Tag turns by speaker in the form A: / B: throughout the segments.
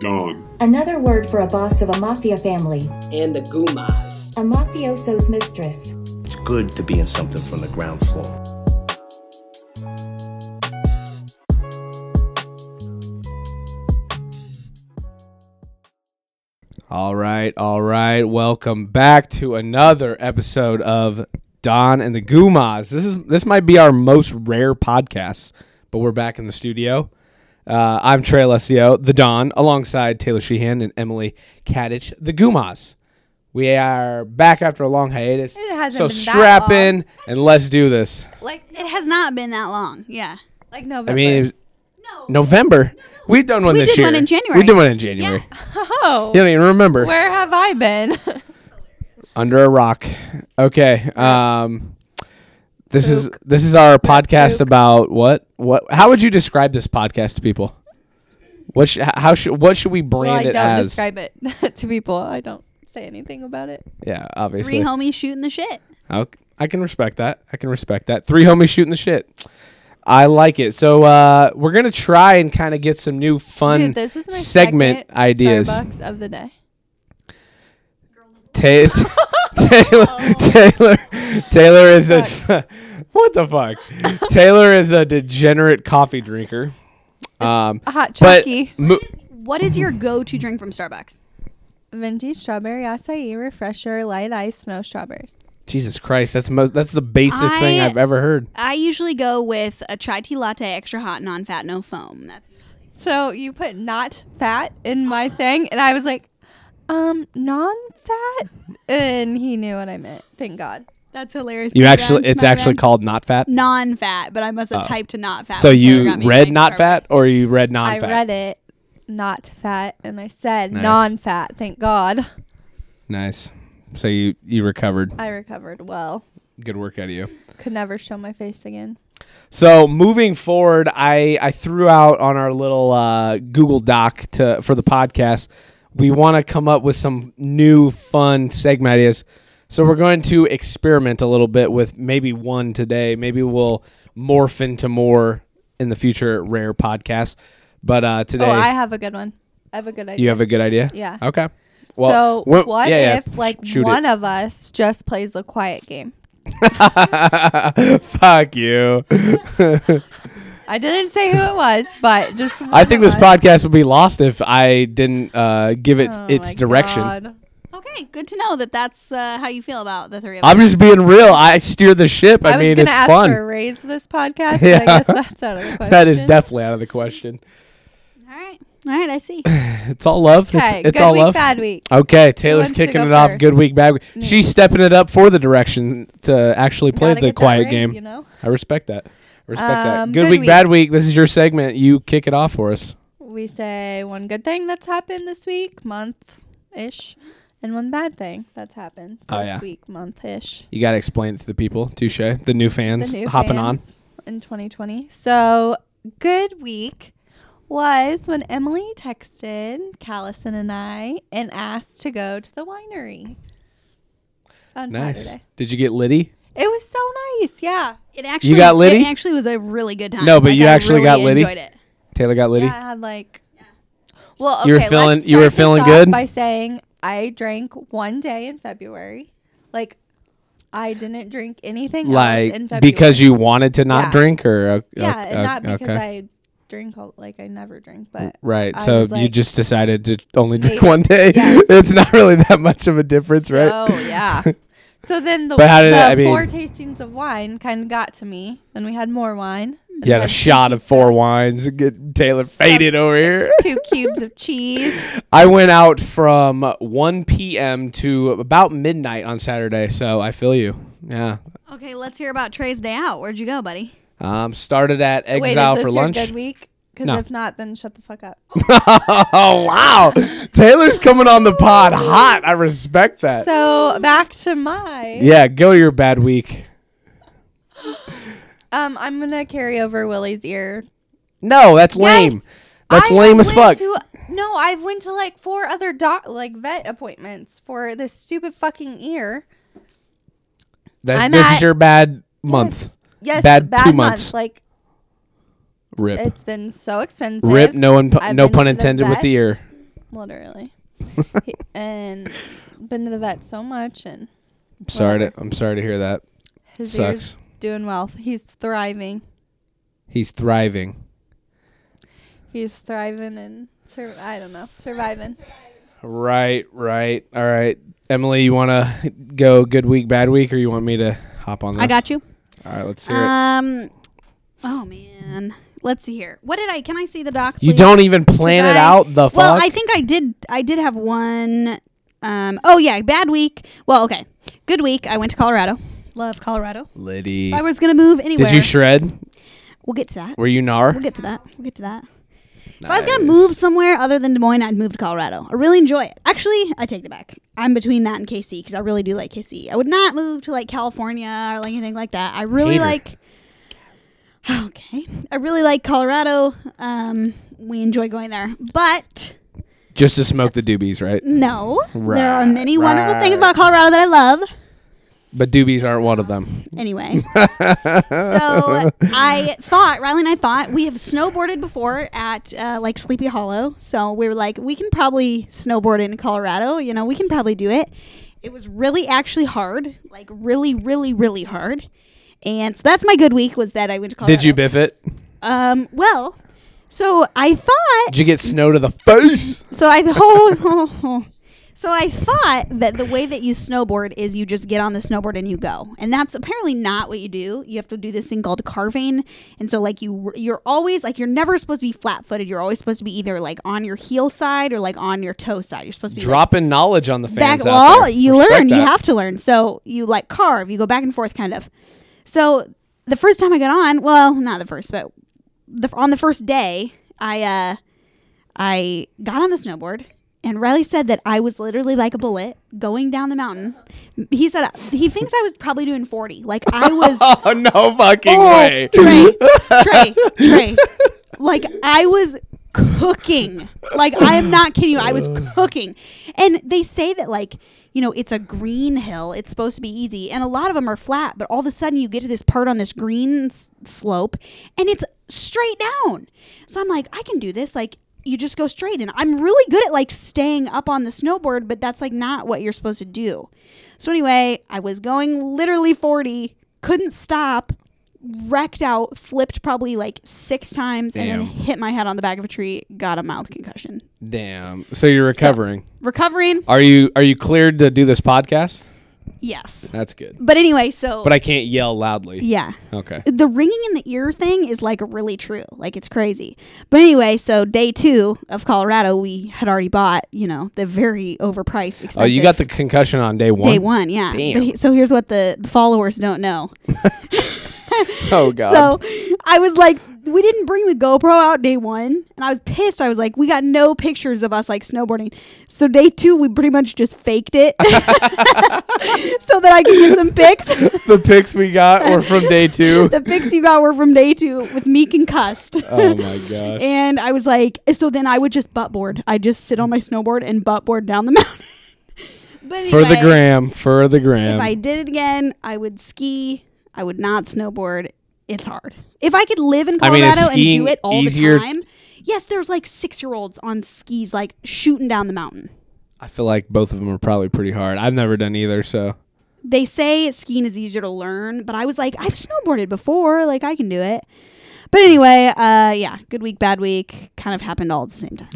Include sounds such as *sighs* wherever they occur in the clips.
A: Don.
B: Another word for a boss of a mafia family,
C: and the Gumas.
B: a mafioso's mistress.
D: It's good to be in something from the ground floor.
E: All right, all right. Welcome back to another episode of Don and the Gumas. This is this might be our most rare podcast, but we're back in the studio. Uh, I'm Trey Alessio, the Don, alongside Taylor Sheehan and Emily Kadich, the Gumas. We are back after a long hiatus.
F: It hasn't
E: so
F: been that
E: strap
F: long.
E: in and let's do this.
F: Like
G: It has not been that long. Yeah.
F: like November.
E: I mean, it was- November. We've done one
G: We
E: this
G: did
E: year.
G: one in January.
E: We did one in January.
F: *laughs* oh,
E: You don't even remember.
F: where have I *laughs* been?
E: under a rock. Okay. Um, this is this is our podcast about what what? How would you describe this podcast to people? What sh- how should what should we brand
F: well, I
E: it
F: don't
E: as?
F: describe it *laughs* to people. I don't say anything about it.
E: yeah,
G: Three
E: obviously.
G: homies shooting the shit.
E: I'll- I can respect that. I can respect that. Three homies shooting the shit. I like it. So uh, we're gonna try and kind of get some new fun
F: Dude, this is my
E: segment
F: second
E: ideas.
F: Starbucks of the day.
G: *laughs*
E: Ta- t- Taylor,
G: Oh.
E: Taylor, Taylor is a *laughs* what the fuck? Taylor is a degenerate coffee drinker. Um,
F: A hot
E: but
F: chalky.
E: mo-
G: What is your go to drink from Starbucks?
F: Venti strawberry acai refresher, light ice, snow strawberries.
E: Jesus Christ, that's the most that's the basic thing
G: I-
E: I've ever heard.
G: I usually go with a chai tea latte, extra hot, non fat, no foam. That's
F: So you put not fat in my thing, and I was like, um, non-fat, and he knew what I meant. Thank God.
G: that's hilarious.
E: You actually, it's actually called not fat.
G: non fat, but I must have typed to not fat.
E: So
G: when Taylor
E: you
G: got me
E: read
G: my
E: not
G: Starbucks.
E: fat, or you read
F: I
E: non fat?
F: read it, not fat, and I said
E: Nice.
F: non-fat. Thank God.
E: Nice. So you you recovered.
F: I recovered well.
E: Good work out of you.
F: Could never show my face again.
E: So moving forward, I I threw out on our little uh, Google Doc to for the podcast. We want to come up with some new fun segment ideas. So we're going to experiment a little bit with maybe one today. Maybe we'll morph into more in the future rare podcasts. But uh, today
F: Oh, I have a good one. I have a good idea.
E: you have a good idea.
F: Yeah.
E: Okay.
F: so
E: wha-
F: what
E: yeah, yeah,
F: if like
E: shoot
F: one
E: it.
F: of us just plays the quiet game?
E: *laughs* Fuck
F: *laughs*
E: you.
F: I didn't say who it was, but just
E: I think
F: *laughs*
E: this
F: probably
E: podcast would be lost if I didn't uh, give it
F: Oh
E: its direction.
G: Okay, good to know that that's uh, how you feel about the three of
E: I'm
G: us.
E: just being real. I steer the ship. I,
F: I, was
E: mean,
F: gonna
E: it's
F: ask
E: fun.
F: for a raise this podcast,
E: Yeah.
F: but I guess that's out of the
E: *laughs*
F: question.
E: That is definitely out of the question.
G: All right. All right,
E: *laughs*
G: I see.
E: It's all love.
F: okay.
E: it's it's
F: good
E: all
F: week,
E: love.
F: bad week.
E: Okay, Taylor's
F: wants to
E: kicking
F: go
E: it off. Good
F: first?
E: week, bad week. She's stepping it up for the direction to actually play
F: Gotta
E: the
F: get that
E: quiet
F: raise,
E: game.
F: You know,
E: I respect that. Respect that.
F: Um,
E: Good,
F: good
E: week,
F: week.
E: bad week. This is your segment. You kick it off for us.
F: we say one good thing that's happened this week, month ish, and one bad thing that's happened this
E: Oh, yeah.
F: week, month ish.
E: You got to explain it to the people. Touche. The new fans
F: the new
E: hopping on.
F: fans in 2020. So good week was when Emily texted Callison and I and asked to go to the winery on
E: Nice.
F: Saturday.
E: Did you get Liddy?
F: It was so nice. Yeah,
G: It actually
E: got Liddy?
G: It actually was a really good time.
E: No, but
G: Like,
E: you
G: I
E: actually got
G: really
E: Liddy?
G: Enjoyed it.
E: Taylor got Liddy.
F: yeah. I had like, well, okay,
E: You were feeling-
F: Let's
E: you were
F: start this
E: feeling
F: off
E: good?
F: by saying I drank one day in February, like. I didn't drink anything else in
E: Like
F: February.
E: because you wanted to not
F: Yeah.
E: drink, or uh,
F: yeah,
E: uh,
F: and
E: uh,
F: not because
E: okay.
F: I drink all, like I never drink, but
E: Right.
F: I
E: so
F: was
E: you
F: like-
E: just decided to only drink
F: Maybe.
E: one day.
F: Yes.
E: *laughs* It's not really that much of a difference, right?
F: Oh
E: *laughs*
F: yeah. so then the,
E: But how did
F: the
E: it- I mean-
F: four tastings of wine kind of got to me. Then we had more wine. Then we
E: You had a shot of four wines and get Taylor faded
F: *laughs*
E: over here.
F: two cubes
E: *laughs*
F: of cheese.
E: I went out from 1 p.m. to about midnight on Saturday, so I feel you. Yeah.
G: Okay, let's hear about Trey's day out. Where'd you go, buddy?
E: Um, started at
F: Wait, is
E: Exile
F: this
E: for
F: your
E: lunch.
F: good week? Because
E: No.
F: if not, then shut the fuck up.
E: *laughs* oh, wow. Taylor's coming on the pod hot. I respect that.
F: So back to my.
E: yeah, go to your bad week.
F: Um, I'm gonna carry over Willie's ear.
E: No, that's lame. That's
F: I
E: lame as fuck.
F: went to- no, I've went to like four other doc like vet appointments for this stupid fucking ear.
E: That's,
F: I'm
E: this is
F: at-
E: your bad month.
F: Yes,
E: Bad two
F: month,
E: months.
F: Like
E: Rip.
F: It's been so expensive.
E: Rip. No one. pu-
F: I've
E: No
F: been
E: pun
F: to the
E: intended with the ear.
F: vet,
E: *laughs*
F: Literally. He- and been to the vet so much and
E: Sorry to.
F: whatever.
E: I'm sorry to hear that.
F: his ears
E: Sucks.
F: doing well. He's thriving.
E: He's thriving.
F: He's thriving and sur- I don't know, surviving.
E: Right. Right. All right. Emily, you want to go good week, bad week, or you want me to hop on? This?
G: I got you.
E: All right. Let's hear it.
G: Um. Oh man. Let's see here. What did I? Can I see the doc?
E: You
G: please?
E: don't even plan
G: 'Cause
E: it
G: I-
E: out. The fuck.
G: Well, I think I did. I did have one. Um. Oh yeah. Bad week. Well, okay. Good week. I went to Colorado. Love Colorado.
E: Liddy.
G: If I was gonna move anywhere.
E: Did you shred?
G: we'll get to that.
E: Were you gnar?
G: We'll get to that. We'll get to that. If I was gonna move somewhere other than Des Moines, I'd move to Colorado. I really enjoy it. Actually, I take that back. I'm between that and KC because I really do like KC. I would not move to like California or like anything like that. I really
E: Hater.
G: like. *sighs* Okay, I really like Colorado. Um, we enjoy going there, but
E: Just to smoke the doobies, right?
G: no, there are
E: Right,
G: many wonderful things
E: right.
G: about Colorado that I love.
E: But doobies aren't one of them.
G: Anyway, so I thought Riley and I thought we have snowboarded before at uh, like Sleepy Hollow, so we were like, we can probably snowboard in Colorado. You know, we can probably do it. It was really actually hard, like really, really, really hard. And so that's my good week was that I went to Colorado.
E: Did you biff it?
G: Um, well, so I thought
E: Did you get snow to the face?
G: so I hold. *laughs* So I thought that the way that you snowboard is you just get on the snowboard and you go, and that's apparently not what you do. You have to do this thing called carving, and so like you you're always like you're never supposed to be flat footed. You're always supposed to be either like on your heel side or like on your toe side. You're supposed to be like,
E: Dropping knowledge on the
G: back
E: fans out
G: well
E: there.
G: you
E: Respect
G: learn you
E: that.
G: have to learn so you like carve you go back and forth kind of so the first time i got on well not the first but the, on the first day i uh i got on the snowboard and riley said that i was literally like a bullet going down the mountain he said he thinks i was probably doing 40 like i was
E: *laughs* *laughs* Oh no fucking
G: Oh.
E: way! *laughs*
G: Trey, Trey, Trey. Like I was cooking. Like I am not kidding you. I was cooking. And they say that like, you know, it's a green hill. It's supposed to be easy. And a lot of them are flat, but all of a sudden you get to this part on this green s- slope and it's straight down. So I'm like, I can do this. Like you just go straight and i'm really good at like staying up on the snowboard but that's like not what you're supposed to do so anyway i was going literally 40 couldn't stop wrecked out flipped probably like six times and
E: Damn.
G: then hit my head on the back of a tree got a mild concussion
E: Damn. So you're recovering.
G: recovering
E: are you are you cleared to do this podcast?
G: yes
E: That's good.
G: but anyway so
E: But I can't yell loudly.
G: yeah
E: Okay.
G: the ringing in the ear thing is like really true. Like it's crazy. But anyway, so day two of Colorado, we had already bought, you know, the very overpriced expensive.
E: Oh, you got the concussion on day one.
G: day one, yeah. But
E: Damn.
G: he- so here's what the, the followers don't know.
E: *laughs* Oh god.
G: So I was like, we didn't bring the GoPro out day one, and I was pissed. I was like, we got no pictures of us like snowboarding. So day two, we pretty much just faked it, *laughs* so that I could get some pics.
E: *laughs* the pics we got were from
G: *laughs*
E: day two.
G: the pics you got were from day two with me concussed.
E: oh my gosh.
G: And I was like, so then I would just buttboard. I just sit on my snowboard and buttboard down the mountain. *laughs* but
E: for the
G: anyway,
E: gram. For the gram.
G: If I did it again, I would ski. I would not snowboard. It's hard. If I could live in
E: I mean,
G: Colorado
E: is
G: and do
E: skiing
G: it all
E: easier?
G: the time, yes, there's like six year olds on skis, like shooting down the mountain.
E: I feel like both of them are probably pretty hard. I've never done either, so
G: They say skiing is easier to learn, but I was like, I've snowboarded before, like I can do it. But anyway, uh, yeah, good week, bad week, kind of happened all at the same time.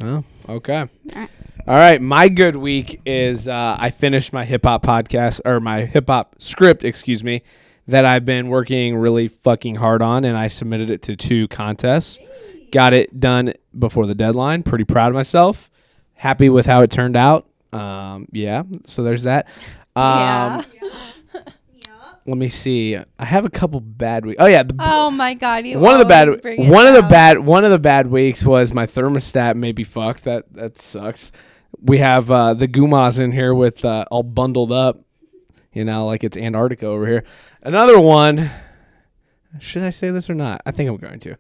E: Oh, okay.
G: All right.
E: All right. My good week is uh, I finished my hip hop podcast or my hip hop script, excuse me, that I've been working really fucking hard on, and I submitted it to two contests. Got it done before the deadline. Pretty proud of myself. Happy with how it turned out. Um, yeah. So there's that. Um, Let me see. I have a couple bad weeks. Oh yeah, the,
F: Oh my god, you
E: one of the
F: always
E: bad
F: bring it
E: one of the
F: up.
E: bad one of the bad weeks was my thermostat may be fucked. That that sucks. We have uh, the Gumas in here with uh, all bundled up, you know, like it's Antarctica over here. Another one. Should I say this or not? I think I'm going to.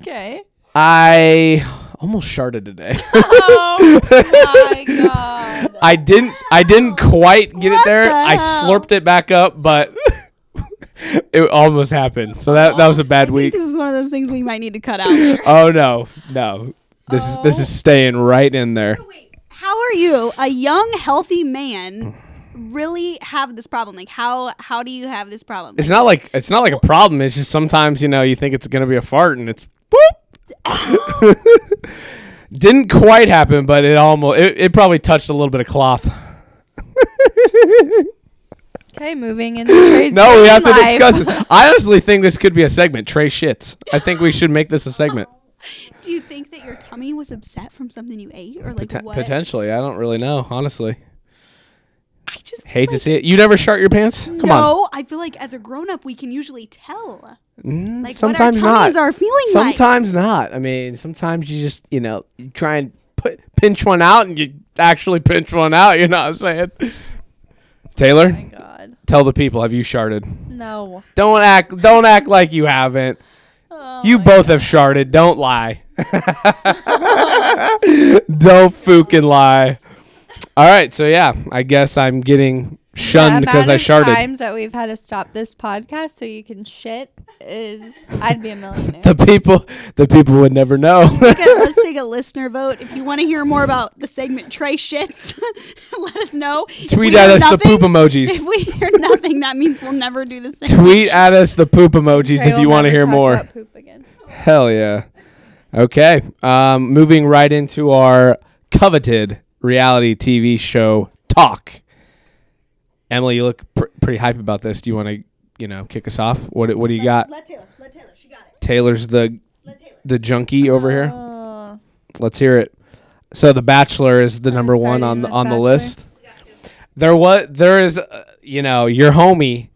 F: Okay.
E: I almost sharded today. *laughs*
F: Oh my god.
E: I didn't. I didn't quite get it there.
G: the
E: I
G: hell?
E: slurped it back up, but *laughs* It almost happened. So that that was a bad week.
G: This is one of those things we might need to cut out.
E: *laughs* Oh no, no. This is this is staying right in there.
G: Oh. Wait, how are you, a young healthy man, really have this problem? Like how how do you have this problem?
E: It's not like it's not like a problem. It's just sometimes you know you think it's gonna be a fart and it's boop. *laughs* Didn't quite happen, but it almost it, it probably touched a little bit of
G: *laughs*
E: cloth.
F: Okay, moving into crazy.
E: No, we have to
F: life. Oh
E: discuss
F: *laughs*
G: *laughs*
E: it. I honestly think this could be a segment. Trey shits. I think we should make this a segment.
G: do you think that your tummy was upset from something you ate or *laughs* like
E: Pot-
G: what?
E: potentially, I don't really know. Honestly,
G: I just feel
E: hate to
G: like-
E: see it. You never shart your pants? Come on.
G: no, I feel like as a grown up we can usually tell. like
E: Mm, sometimes
G: what our tummies
E: not.
G: are feeling like.
E: Sometimes not. I mean, sometimes you just you know you try and put pinch one out, and you actually pinch one out. You know what I'm saying? Taylor,
F: God,
E: tell the people: Have you sharted?
F: no.
E: Don't act. Don't act like you haven't.
F: Oh,
E: you both have sharted. Don't lie. *laughs* don't fucking lie. All right. So yeah, I guess I'm getting
F: The
E: shunned because I
F: amount of
E: sharted.
F: times that we've had to stop this podcast so you can shit is I'd be a millionaire.
E: The people, the people would never know. *laughs*
G: Let's take a- let's take a listener vote. If you want to hear more about the segment Trey shits, *laughs* let us know. If
E: Tweet
G: we
E: at
G: hear
E: us the poop emojis.
G: If we hear nothing, that means we'll never do the same.
E: Tweet at us the poop emojis
F: Trey
E: if
F: will
E: you want to
F: never
E: hear
F: talk
E: more.
F: about poop again.
E: Hell yeah. Okay. Um, moving right into our coveted reality TV show talk. Emily, you look pr- pretty hype about this. Do you want to, you know, kick us off? What What do you got?
G: Let Taylor. Let Taylor. She got it.
E: Taylor's the
G: Let Taylor.
E: the junkie over here.
F: Oh,
E: Let's hear it. So the Bachelor is the number one
F: starting
E: on the
F: with
E: on the
F: Bachelor.
E: list. There was there is, uh, you know, your homie.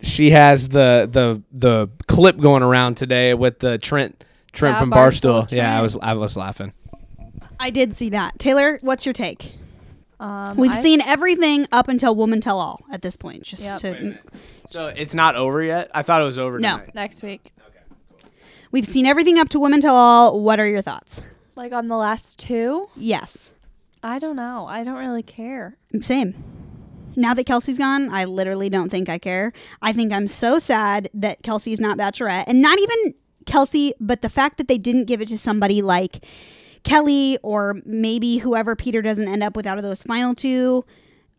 E: She has the the the clip going around today with the Trent Trent
F: Yeah,
E: from Barstool.
F: Barstool
E: Yeah, I was I was laughing.
G: I did see that. Taylor, what's your take?
F: um,
G: We've
F: I-
G: seen everything up until Woman Tell All at this point. Just to,
E: So it's not over yet. I thought it was over.
G: No.
E: Tonight.
F: next week.
G: we've seen everything up to Woman Tell All. What are your thoughts?
F: Like on the last two,
G: Yes,
F: I don't know. I don't really care.
G: same. Now that Kelsey's gone, I literally don't think I care. I think I'm so sad that Kelsey's not Bachelorette, and not even Kelsey, but the fact that they didn't give it to somebody like Kelly or maybe whoever Peter doesn't end up with out of those final two.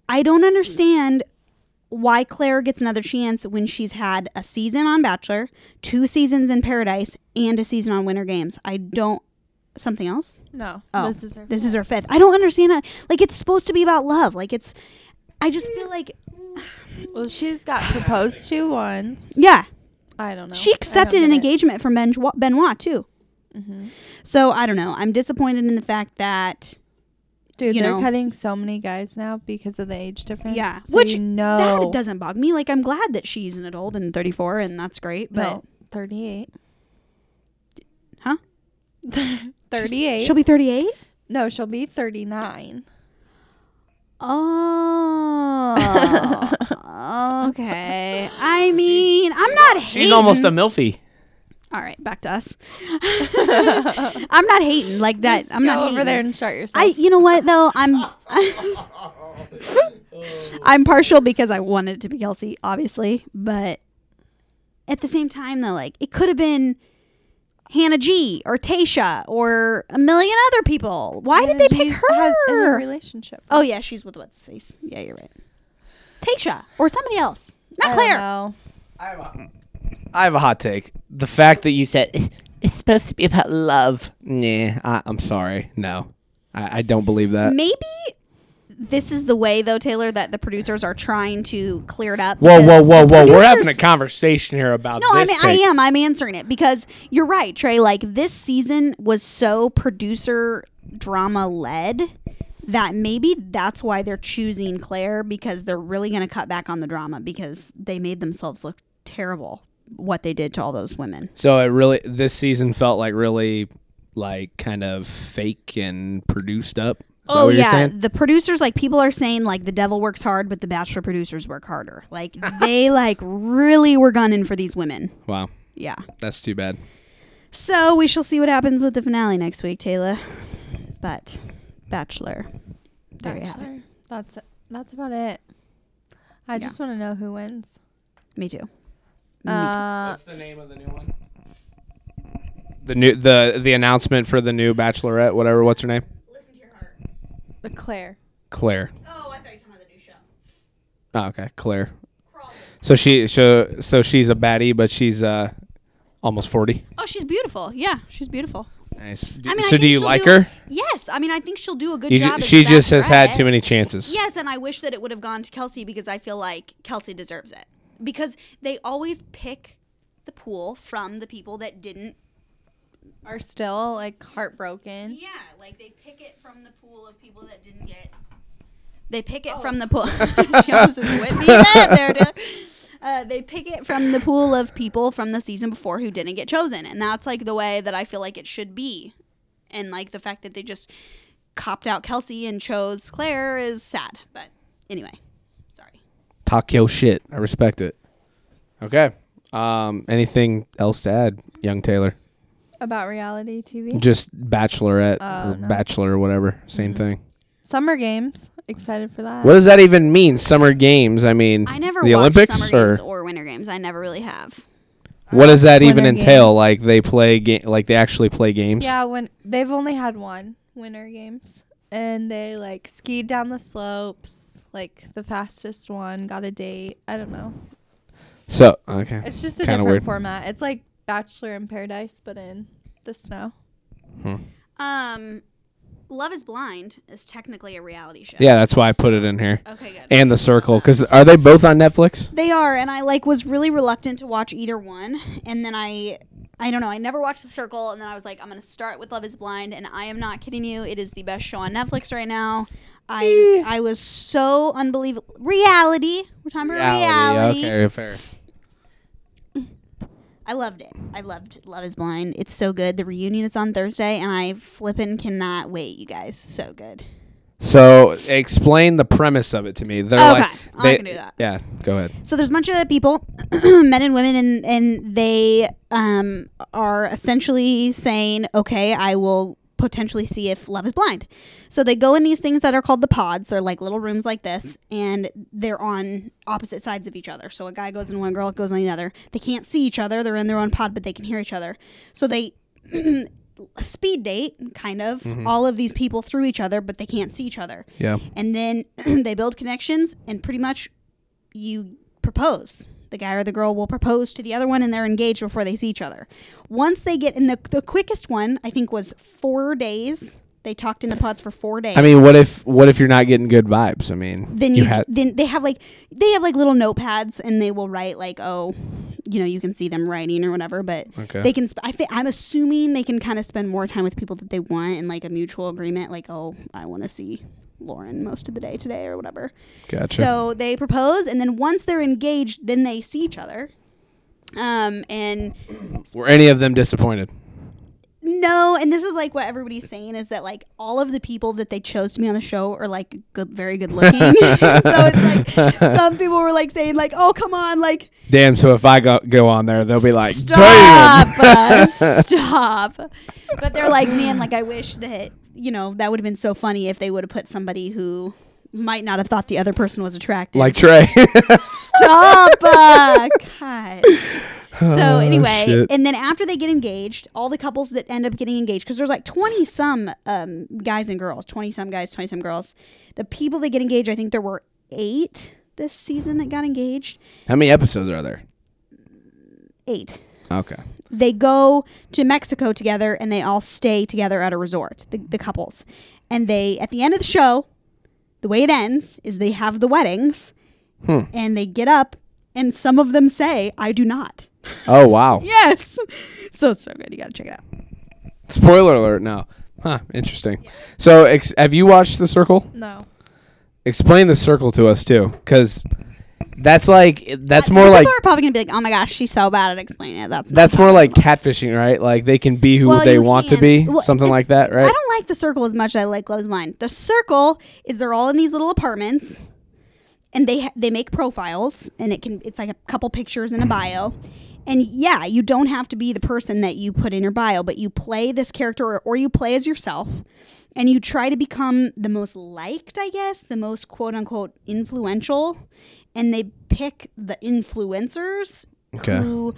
G: I don't understand why Claire gets another chance when she's had a season on Bachelor, two seasons in Paradise, and a season on Winter Games. I don't. Something else?
F: No,
G: Oh,
F: this is her.
G: This is her fifth. I don't understand that. Like it's supposed to be about love. Like it's. I just feel like
F: well, she's got proposed to once.
G: yeah,
F: I don't know.
G: she
F: I don't
G: accepted
F: get
G: an
F: it. Mm-hmm.
G: engagement from ben, Benoit too. So I don't know. I'm disappointed in the fact that
F: Dude,
G: you
F: they're
G: know.
F: cutting so many guys now because of the age difference.
G: yeah,
F: so
G: which
F: you
G: that
F: know,
G: doesn't bog me. Like I'm glad that she's an adult and 34, and that's great. But
F: No, thirty-eight.
G: Huh?
F: thirty-eight.
G: she'll
F: *laughs*
G: be 38.
F: no, she'll be thirty-nine.
G: Oh, okay. I mean, I'm not.
E: She's almost
G: hating.
E: a milfy.
G: All right, back to us. *laughs* I'm not hating like that. I'm
F: Go
G: not
F: over
G: hating.
F: there and start yourself.
G: I, you know what though,
F: *laughs*
G: I'm, I'm partial because I wanted it to be Kelsey, obviously, but at the same time though, like it could have been Hannah G or Tasha or a million other people. Why did they pick
F: She's- Has in a
G: her?
F: relationship.
G: oh yeah, she's with what's face. Yeah, you're right. Tasha or somebody else,
F: I
G: not
F: don't
G: Claire.
F: know.
E: I have a hot take. The fact that you said it's supposed to be about love. Nah, I, I'm sorry. No, I, I don't believe that.
G: Maybe this is the way though, Taylor, that the producers are trying to clear it up.
E: Whoa, whoa,
G: because
E: whoa,
G: the
E: whoa! We're having a
G: producers-
E: conversation here about
G: No, I
E: this.
G: mean, I am. I'm answering it because you're right, Trey. Like this season was so producer drama led that maybe that's why they're choosing Claire because they're really going to cut back on the drama because they made themselves look terrible what they did to all those women.
E: So it really this season felt like really like kind of fake and produced up. Is that what you're saying?
G: Oh, the producers like people are saying like the devil works hard, but the Bachelor producers work harder. Like
E: *laughs*
G: they like really were gunning for these women.
E: Wow,
G: Yeah.
E: that's too bad.
G: So we shall see what happens with the finale next week, Taylor. But Bachelor. There you have it.
F: Bachelor. That's it. That's about it. I just want to know who wins.
G: Me too.
F: Uh,
E: the name of the new one? The new the the announcement for the new Bachelorette, whatever. What's her name?
G: Listen to your heart.
F: Claire.
E: Claire.
G: Oh, I thought you were talking about the new show.
E: Oh, okay, Claire. So she so so she's a baddie, but she's uh almost forty.
G: Oh, she's beautiful. Yeah, she's beautiful.
E: Nice.
G: I mean, I
E: so
G: think
E: do you
G: she'll
E: like
G: do-
E: her?
G: Yes, I mean, I think she'll do a good
E: You ju-
G: job. as
E: she just has had
G: Bachelorette.
E: too many chances.
G: Yes, and I wish that it would have gone to Kelsey because I feel like Kelsey deserves it because they always pick the pool from the people that didn't.
F: Are still like heartbroken.
G: Yeah, like they pick it from the pool of people that didn't get. They pick it from the pool. *laughs* she almost just went me dead there. dude. Uh, they pick it from the pool of people from the season before who didn't get chosen, and that's like the way that I feel like it should be, and like the fact that they just copped out Kelsey and chose Claire is sad. But anyway, sorry.
E: Talk your shit. I respect it. Okay. Um, anything else to add, young Taylor?
F: About reality TV.
E: Just Bachelorette
G: Uh,
E: or
F: no.
E: Bachelor or whatever. Same thing.
F: Summer games. Excited for that.
E: What does that even mean? Summer games. I mean,
G: I never
E: the
G: watch
E: Olympics or
G: summer games or winter games. I never really have.
E: what does that even
F: Winter
E: entail?
F: games.
E: Like they play game, like they actually play games.
F: Yeah, when they've only had one winter games, and they like skied down the slopes, like the fastest one got a date. I don't know.
E: So okay,
F: It's just a
E: Kinda
F: different
E: weird.
F: format. It's like Bachelor in Paradise, but in the snow.
G: Um, Love is Blind is technically a reality show.
E: yeah, that's why I put it in here.
G: Okay, good.
E: And the Circle, because are they both on Netflix?
G: they are, and I like was really reluctant to watch either one, and then I, I don't know, I never watched The Circle, and then I was like, I'm gonna start with Love is Blind, and I am not kidding you, it is the best show on Netflix right now. I I was so unbelievable. Reality, we're talking about reality.
E: Okay, fair.
G: I loved it. I loved Love is Blind. It's so good. The reunion is on Thursday, and I flippin' cannot wait, you guys. So good.
E: So explain the premise of it to me. They're
G: Okay,
E: like,
G: I
E: they-
G: can do that.
E: Yeah, go ahead.
G: So there's a bunch of people, *clears throat* men and women, and and they um, are essentially saying, okay, I will potentially see if love is blind. So they go in these things that are called the pods. They're like little rooms like this, and they're on opposite sides of each other. So a guy goes in one, girl goes on the other. They can't see each other. They're in their own pod, but they can hear each other. So they *clears throat* speed date, kind of, all of these people through each other, but they can't see each other
E: Yeah.
G: and then *clears throat* they build connections and pretty much you propose the guy or the girl will propose to the other one and they're engaged before they see each other once they get in the, the quickest one i think was four days they talked in the pods for four days
E: I mean, what if what if you're not getting good vibes? I mean,
G: then you,
E: had
G: then they have like they have like little notepads and they will write like oh you know you can see them writing or whatever but
E: Okay.
G: they can sp- I thi- i'm assuming they can kind of spend more time with people that they want and like a mutual agreement like oh i want to see lauren most of the day today or whatever
E: gotcha.
G: so they propose, and then once they're engaged, then they see each other. Um, and
E: Were any of them disappointed?
G: no, and this is like what everybody's saying is that like all of the people that they chose to be on the show are like good, very good looking. *laughs* so it's like some people were like saying like, oh come on, like
E: Damn. So if I go go on there, they'll be like, damn.
G: stop, uh, stop. But they're like, man, like I wish that you know that would have been so funny if they would have put somebody who might not have thought the other person was attractive.
E: Like Trey. *laughs*
G: Stop! uh, God. So anyway,
E: shit.
G: and then after they get engaged, all the couples that end up getting engaged, because there's like 20 some um, guys and girls, 20 some guys, 20 some girls. The people that get engaged, I think there were eight this season that got engaged.
E: How many episodes are there?
G: Eight.
E: Okay.
G: They go to Mexico together and they all stay together at a resort, the, the couples. And they, at the end of the show, the way it ends is they have the weddings and they get up and some of them say, I do not.
E: Oh wow.
G: Yes. *laughs* So it's so good. You got to check it out.
E: Spoiler alert. No. Huh. Interesting. So ex- have you watched The Circle?
F: No.
E: Explain The Circle to us too, because that's like that's more
G: People
E: like
G: are probably gonna be like, "Oh my gosh, she's so bad at explaining it." That's not
E: that's more
G: possible."
E: like catfishing, right? Like they can be who
G: Well,
E: they
G: you
E: want to
G: can-
E: be,
G: well,
E: something
G: it's-
E: like that,
G: I
E: right?
G: don't like the circle as much as I like Love's Mine. The circle is they're all in these little apartments, and they ha- they make profiles, and it can it's like a couple pictures and a bio. And yeah, you don't have to be the person that you put in your bio, but you play this character or, or you play as yourself, and you try to become the most liked, I guess, the most quote unquote influential, and they pick the influencers
E: Okay.
G: who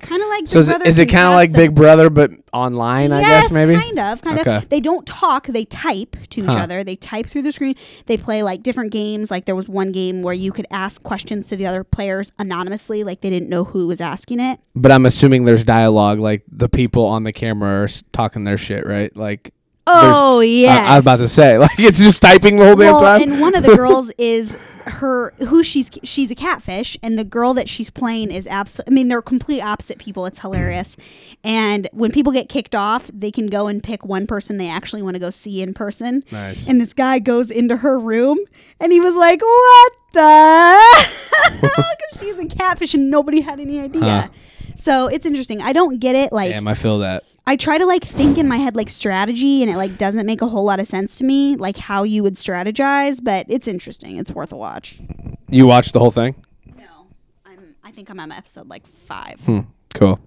G: kind of like Big
E: So is it,
G: Brother
E: is it
G: can
E: kind of
G: ask
E: like
G: them-
E: Big Brother but online? I
G: yes,
E: guess maybe.
G: kind of, kind
E: Okay.
G: of. They don't talk. They type to each
E: Huh.
G: other. They type through the screen. They play like different games. Like there was one game where you could ask questions to the other players anonymously, like they didn't know who was asking it.
E: But I'm assuming there's dialogue, like the people on the camera are s- talking their shit, right? Like,
G: Oh
E: I- I, was about to say, *laughs* like it's just typing the whole
G: well,
E: damn time.
G: and one of the girls is her who she's she's a catfish, and the girl that she's playing is absolutely. I mean, they're complete opposite people. It's hilarious. And when people get kicked off, they can go and pick one person they actually want to go see in person.
E: Nice.
G: And this guy goes into her room, and he was like, "What the?"
E: *laughs*
G: *laughs* Because she's a catfish, and nobody had any idea.
E: Huh.
G: So it's interesting. I don't get it.
E: *laughs*
G: Like,
E: Damn, I feel that.
G: I try to like think in my head like strategy and it like doesn't make a whole lot of sense to me like how you would strategize, but it's interesting. It's worth a watch.
E: You watched the whole thing?
G: No. I'm I think I'm on episode like 5.
E: Hmm, cool.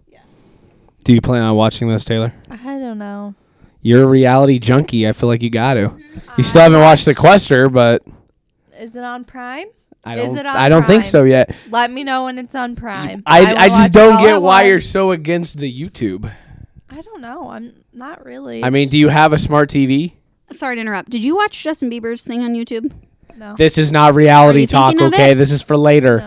E: Do you plan on watching this, Taylor?
F: I don't know.
E: You're a reality junkie. I feel like you got to.
F: Mm-hmm.
E: You still haven't watched Sequester, but
F: Is it on Prime?
E: I
F: Is
E: don't.
F: it on
E: I don't think
F: Prime?
E: so yet.
F: Let me know when it's on Prime.
E: I,
F: will
E: I
F: watch
E: just
F: it
E: don't
F: all
E: get
F: at
E: why you're
F: once.
E: so against the YouTube.
F: I don't know. I'm not really.
E: I mean, do you have a smart TV?
G: Sorry to interrupt. Did you watch Justin Bieber's thing on YouTube?
F: no,
E: This is not reality
G: you
E: talk,
G: thinking of
E: okay?
G: it?
E: This is for later.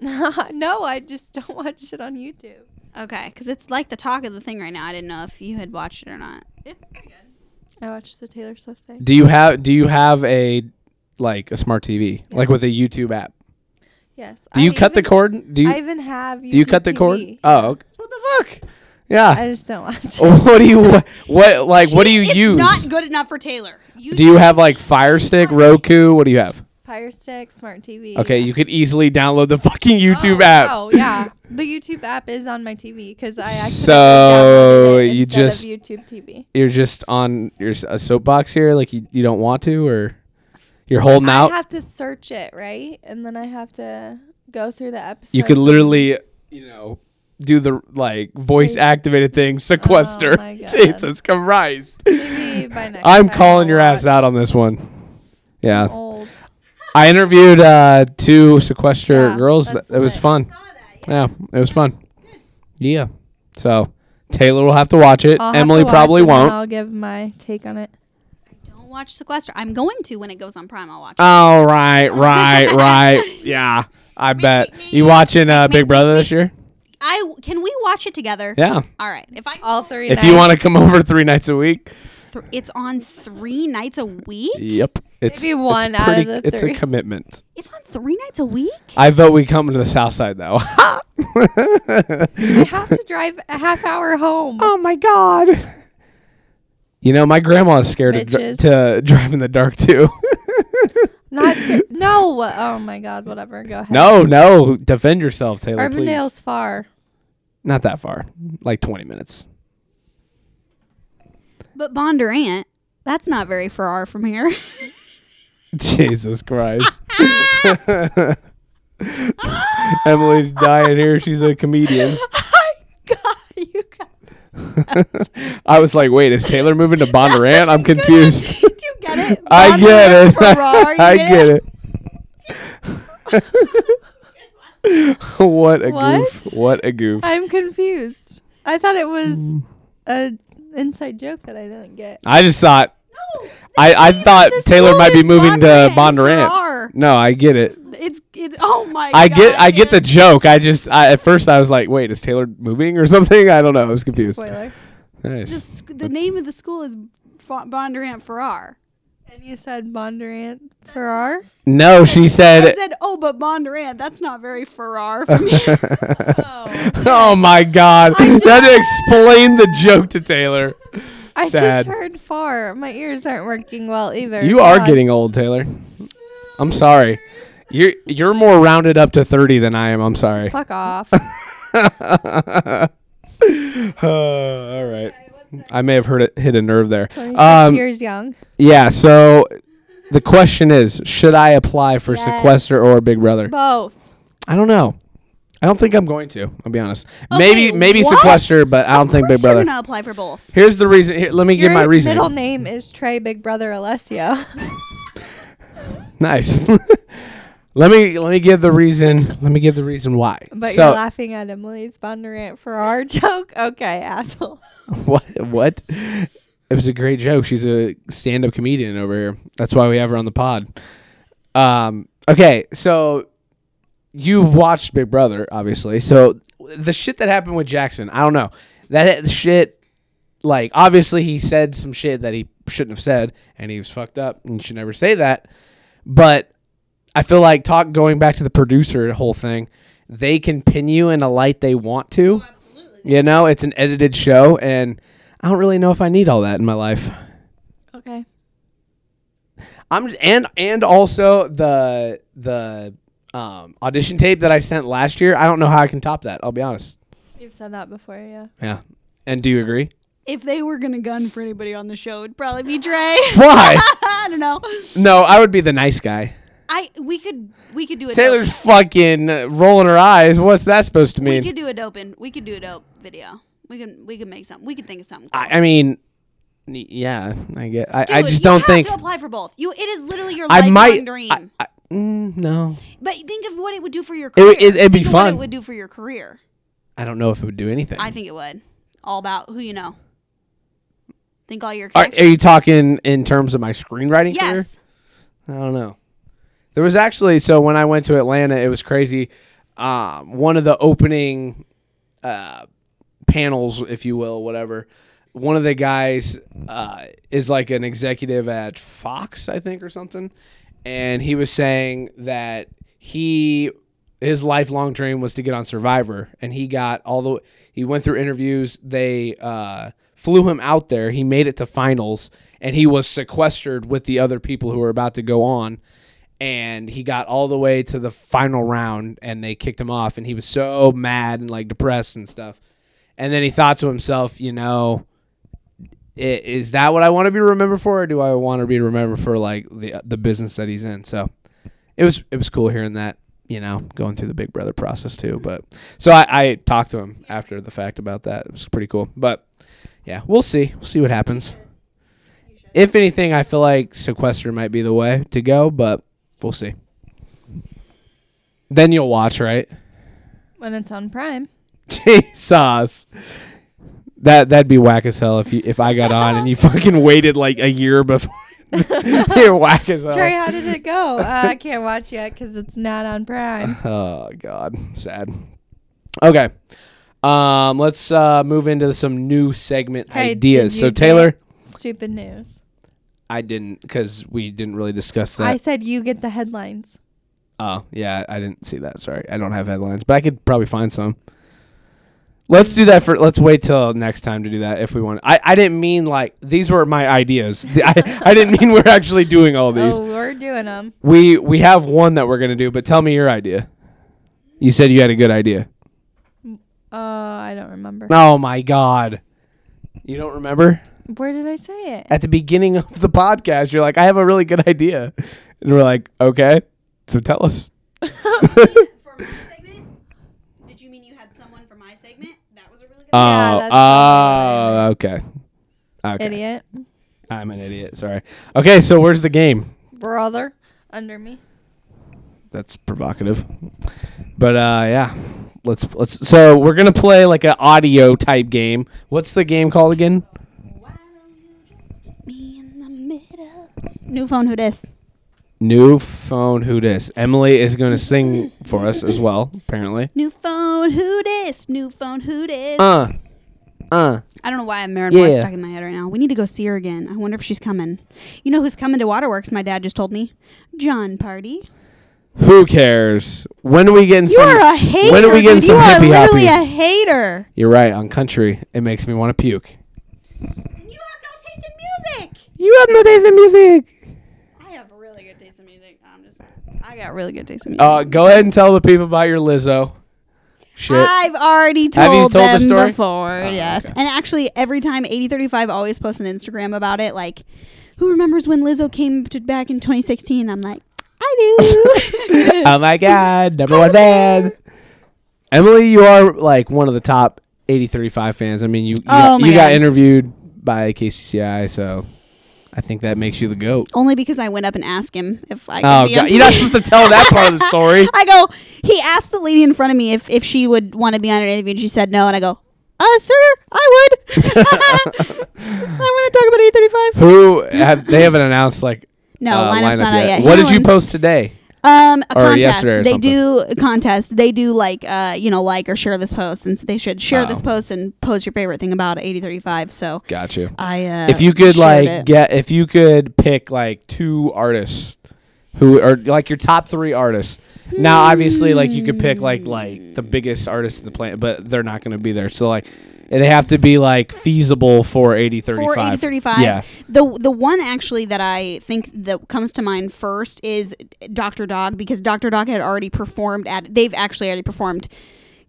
F: no, *laughs* no. I just don't watch it on YouTube.
G: Okay, cuz it's like the talk of the thing right now. I didn't know if you had watched it or not.
F: It's pretty good. I watched the Taylor Swift thing.
E: Do you have do you have a like a smart TV? Like with a YouTube app?
F: Yes.
E: Do
F: I
E: you cut the
F: even-
E: cord? Do you
F: I even have.
E: do you cut the cord? Oh, okay. what the fuck? Yeah.
F: I just don't watch.
E: *laughs*
F: it.
E: what do you what like what do you
G: it's
E: use?
G: not good enough for Taylor.
E: do you have like Fire Stick, Roku? What do you have?
F: Fire Stick, Smart TV.
E: Okay, you could easily download the fucking YouTube
F: oh,
E: app.
F: Oh
E: *laughs*
F: yeah, the YouTube app is on my TV because I accidentally
E: So,
F: downloaded it
E: you
F: instead
E: just-
F: of YouTube TV.
E: You're just on your s- a soapbox here like you, you don't want to or you're holding
F: I
E: out.
F: have to search it right, and then I have to go through the episode.
E: You could literally, you know, do the like voice activated thing, sequester.
F: Oh
E: *laughs*
F: my God.
E: Jesus Christ. *laughs*
F: Maybe by next
E: I'm
F: time
E: calling
F: I'll
E: your ass
F: watch
E: out on this one. Yeah.
F: Old.
E: I interviewed uh, two sequester
F: Yeah,
E: girls. Th-
F: that's
E: It was
F: lit.
E: fun. Yeah, it was fun. Yeah. So Taylor will have to watch it.
F: I'll have
E: Emily
F: to watch
E: probably
F: it and
E: won't.
F: I'll give my take on it.
G: Don't watch Sequester. I'm going to when it goes on Prime. I'll watch. it.
E: Oh,
F: *laughs*
E: right, right, right. Yeah. I bet. You watching uh, Big Brother this year?
G: I can we watch it together?
E: Yeah.
G: All right. If I
F: All three.
E: If you
F: *laughs*
E: want to come over three nights a week.
G: th- it's on three nights a week.
E: Yep. It's,
F: Maybe
E: it's
F: one out of
E: pretty-
F: the
E: It's a
F: three.
E: commitment.
G: It's on three nights a week.
E: I vote we come to the south side though. *laughs*
F: I have to drive a half
E: *laughs*
F: hour home.
E: Oh my god. You know, my grandma is scared of dri-
F: Bitches.
E: to drive in the dark too. *laughs*
F: Not scared. no. Oh my God. Whatever. Go ahead.
E: no, no, defend yourself, Taylor. please.
F: Urbandale's
G: *laughs*
F: far.
E: Not that far, like twenty minutes. *laughs*
G: But Bondurant, that's not very far from here.
E: Jesus Christ. *laughs* Emily's dying here. She's a comedian. *laughs*
G: God, you guys,
E: I was like, wait, is Taylor moving to Bondurant? *laughs* I'm
G: *laughs*
E: confused.
G: do you get it?
E: I get
G: Bondurant,
E: it. *laughs* I
G: Farrar, you
E: get it. *laughs* what a goof.
F: What?
E: What a goof.
F: I'm confused. I thought it was
E: Mm.
F: a inside joke that I didn't get.
E: I just thought I, I thought
G: the
E: Taylor
G: school
E: might be
G: is
E: moving to
G: Bondurant and
E: Bondurant.
G: Farrar.
E: No, I get it.
G: It's it's oh my.
E: I
G: God,
E: get I get the
G: dude.
E: joke. I just I, at first I was like, wait, is Taylor moving or *laughs* something? I don't know. I was confused.
F: Spoiler.
E: Nice.
G: the sc- the name of the school is Fa- Bondurant Farrar.
F: And you said Bondurant Ferrar.
E: no, she
G: I
E: said.
G: said, oh, but Bondurant, that's not very Farrar from here.
E: *laughs* Oh my God, that explained the joke to Taylor.
F: I
E: Sad.
F: just heard far. My ears aren't working well either.
E: You are
F: Oh, God.
E: getting old, Taylor. I'm sorry. You're you're more rounded up to thirty than I am. I'm sorry. *laughs*
F: Fuck off.
E: all right. I may have heard it hit a nerve there.
F: 26
E: Um,
F: years young.
E: Yeah, so the question is, should I apply for
G: Yes.
E: sequester or Big Brother?
F: Both.
E: I don't know. I don't think I'm going to, I'll be honest. maybe
G: Okay,
E: maybe
G: what?
E: sequester, but I don't
G: Of
E: think Big
G: course you're
E: Brother.
G: gonna apply for both.
E: Here's the reason. Here, let me give my
F: Your
E: reason.
F: middle name is Trey Big Brother Alessio.
E: Nice. *laughs* Let me let me give the reason. Let me give the reason why.
F: *laughs* But
E: so
F: you're laughing at Emily's fun rant for our *laughs* joke. Okay, asshole.
E: *laughs* what what? It was a great joke. She's a stand-up comedian over here. That's why we have her on the pod. Um. Okay. So you've watched Big Brother, obviously. So the shit that happened with Jackson, I don't know. That shit, like, obviously he said some shit that he shouldn't have said, and he was fucked up and should never say that. But I feel like talk going back to the producer whole thing, they can pin you in a light they want to. absolutely. You know, it's an edited show, and I don't really know if I need all that in my life.
F: Okay.
E: I'm and and also the the um, audition tape that I sent last year. I don't know how I can top that. I'll be honest.
F: You've said that before, yeah.
E: Yeah. And do you agree?
G: If they were gonna gun for anybody on the show, it'd probably be Dre. *laughs*
E: Why?
G: I don't know.
E: no, I would be the nice guy.
G: I we could we could do a
E: Taylor's
G: Dope,
E: fucking uh, rolling her eyes. What's that supposed to
G: we
E: mean?
G: could do a dope and we could do a dope video. We can we could make something. We could think of something. cool.
E: I, I mean, y- yeah, I get. I, I
G: Dude,
E: just
G: you
E: don't
G: have
E: think.
G: to apply for both. You it is literally your
E: I
G: lifelong
E: might.
G: dream.
E: I, I, mm, no,
G: but think of what it would do for your
E: It
G: career.
E: would- it- it'd be
G: Think of What
E: fun.
G: it would do for your career.
E: I don't know if it would do anything.
G: I think it would. All about who you know. Think all your
E: Are, are
G: connections.
E: you talking in terms of my screenwriting career?
G: yes.
E: I don't know. There was actually so when I went to Atlanta, it was crazy. Um, one of the opening uh, panels, if you will, whatever. One of the guys uh, is like an executive at Fox, I think, or something, and he was saying that he his lifelong dream was to get on Survivor, and he got all the he went through interviews. They uh, flew him out there. He made it to finals, and he was sequestered with the other people who were about to go on and he got all the way to the final round and they kicked him off and he was so mad and like depressed and stuff and then he thought to himself you know i- is that what i want to be remembered for or do i want to be remembered for like the the business that he's in so it was it was cool hearing that you know going through the big brother process too but so i, I talked to him after the fact about that it was pretty cool but yeah we'll see we'll see what happens if anything i feel like sequester might be the way to go but We'll see. Then you'll watch, right?
F: When it's on Prime.
E: *laughs* Jesus. That that'd be whack as hell if you if I got on
F: *laughs*
E: and you fucking waited like a year before. *laughs* You're whack as
F: Trey,
E: hell.
F: how did it go? uh, I can't watch yet because it's not on
E: *sighs*
F: Prime.
E: Oh god, sad. Okay. Um, let's uh, move into some new segment
F: Hey,
E: ideas.
F: did
E: So
F: you get-
E: Taylor,
F: Stupid news.
E: I didn't because we didn't really discuss
F: I
E: that.
F: said you get the headlines.
E: oh yeah, I didn't see that. Sorry, I don't have headlines, but I could probably find some. Let's do that for. Let's wait till next time to do that if we want. I, I didn't mean like these were my ideas. *laughs* The- I, I didn't mean we're actually doing all these.
F: Oh, we're doing them.
E: We we have one that we're gonna do, but tell me your idea. You said you had a good idea.
F: Oh, I don't remember.
E: Oh my god, you don't remember?
F: Where did I say it?
E: At the beginning of the podcast, you're like, I have a really good idea, and we're like, okay, so tell us.
G: For my segment, did you mean you had someone for my segment? That was a really good.
E: Oh,
F: Yeah, that's
E: oh, okay. Okay.
F: Idiot.
E: I'm an idiot. Sorry. Okay, so where's the game?
F: Brother. Under me.
E: That's provocative. But uh yeah. Let's let's so we're gonna play like an audio type game. What's the game called again?
G: Why don't you just meet me in the middle? New phone, who dis?
E: New phone who dis. Emily is gonna sing for us as well, apparently.
G: New phone, who dis? New phone, who dis?
E: Uh uh
G: I don't know why I'm Marin Morris
E: Yeah.
G: stuck in my head right now. We need to go see her again. I wonder if she's coming. You know who's coming to Waterworks? My dad just told me. John Party.
E: who cares? When are we getting
G: You
E: some
G: are a hater.
E: When are we getting
G: dude.
E: some
G: You are
E: hippie
G: literally
E: hoppy?
G: a hater.
E: You're right, on country, it makes me want to puke.
G: And you have no taste in music.
E: You have no taste in music.
G: I have really good taste in music. I'm just. I got really good taste in music.
E: Uh go ahead and tell the people about your Lizzo. Shit.
G: I've already told,
E: Have you told the
G: them
E: story? Oh,
G: before. yes, and actually, every time eighty thirty five always posts an Instagram about it. Like, who remembers when Lizzo came to, back in twenty sixteen? I'm like, I
E: *laughs*
G: do. *laughs*
E: oh my god, number one fan. Emily, you are like one of the top 80 35 fans. I mean, you you,
G: Oh
E: got,
G: my
E: you got
G: God.
E: interviewed by KCCI, so I think that makes you the goat.
G: Only because I went up and asked him if I could
E: Oh
G: be on
E: god, you're not
G: *laughs* TV.
E: supposed to tell that part of the story.
G: *laughs* I go, he asked the lady in front of me if, if she would want to be on an interview, and she said no. And I go, uh, sir, I would. *laughs* I want to talk about 835.
E: Who have they haven't announced like
G: No,
E: uh,
G: lineup's
E: lineup
G: not out yet.
E: What did you
G: Hamlin's-
E: post today?
G: Um, a
E: Or
G: contest.
E: yesterday or
G: They
E: something.
G: do a contest. They do like, uh, you know, like or share this post, and so they should share this post and post your favorite thing about 8035. So
E: Got you.
G: I, uh,
E: if you could
G: shared
E: like
G: it.
E: get if you could pick like two artists who are like your top three artists now obviously like you could pick like like the biggest artists in the planet but they're not going to be there so like they have to be like feasible for 80
G: for
E: 35
G: 8035
E: yeah
G: the the one actually that i think that comes to mind first is dr dog because dr dog had already performed at they've actually already performed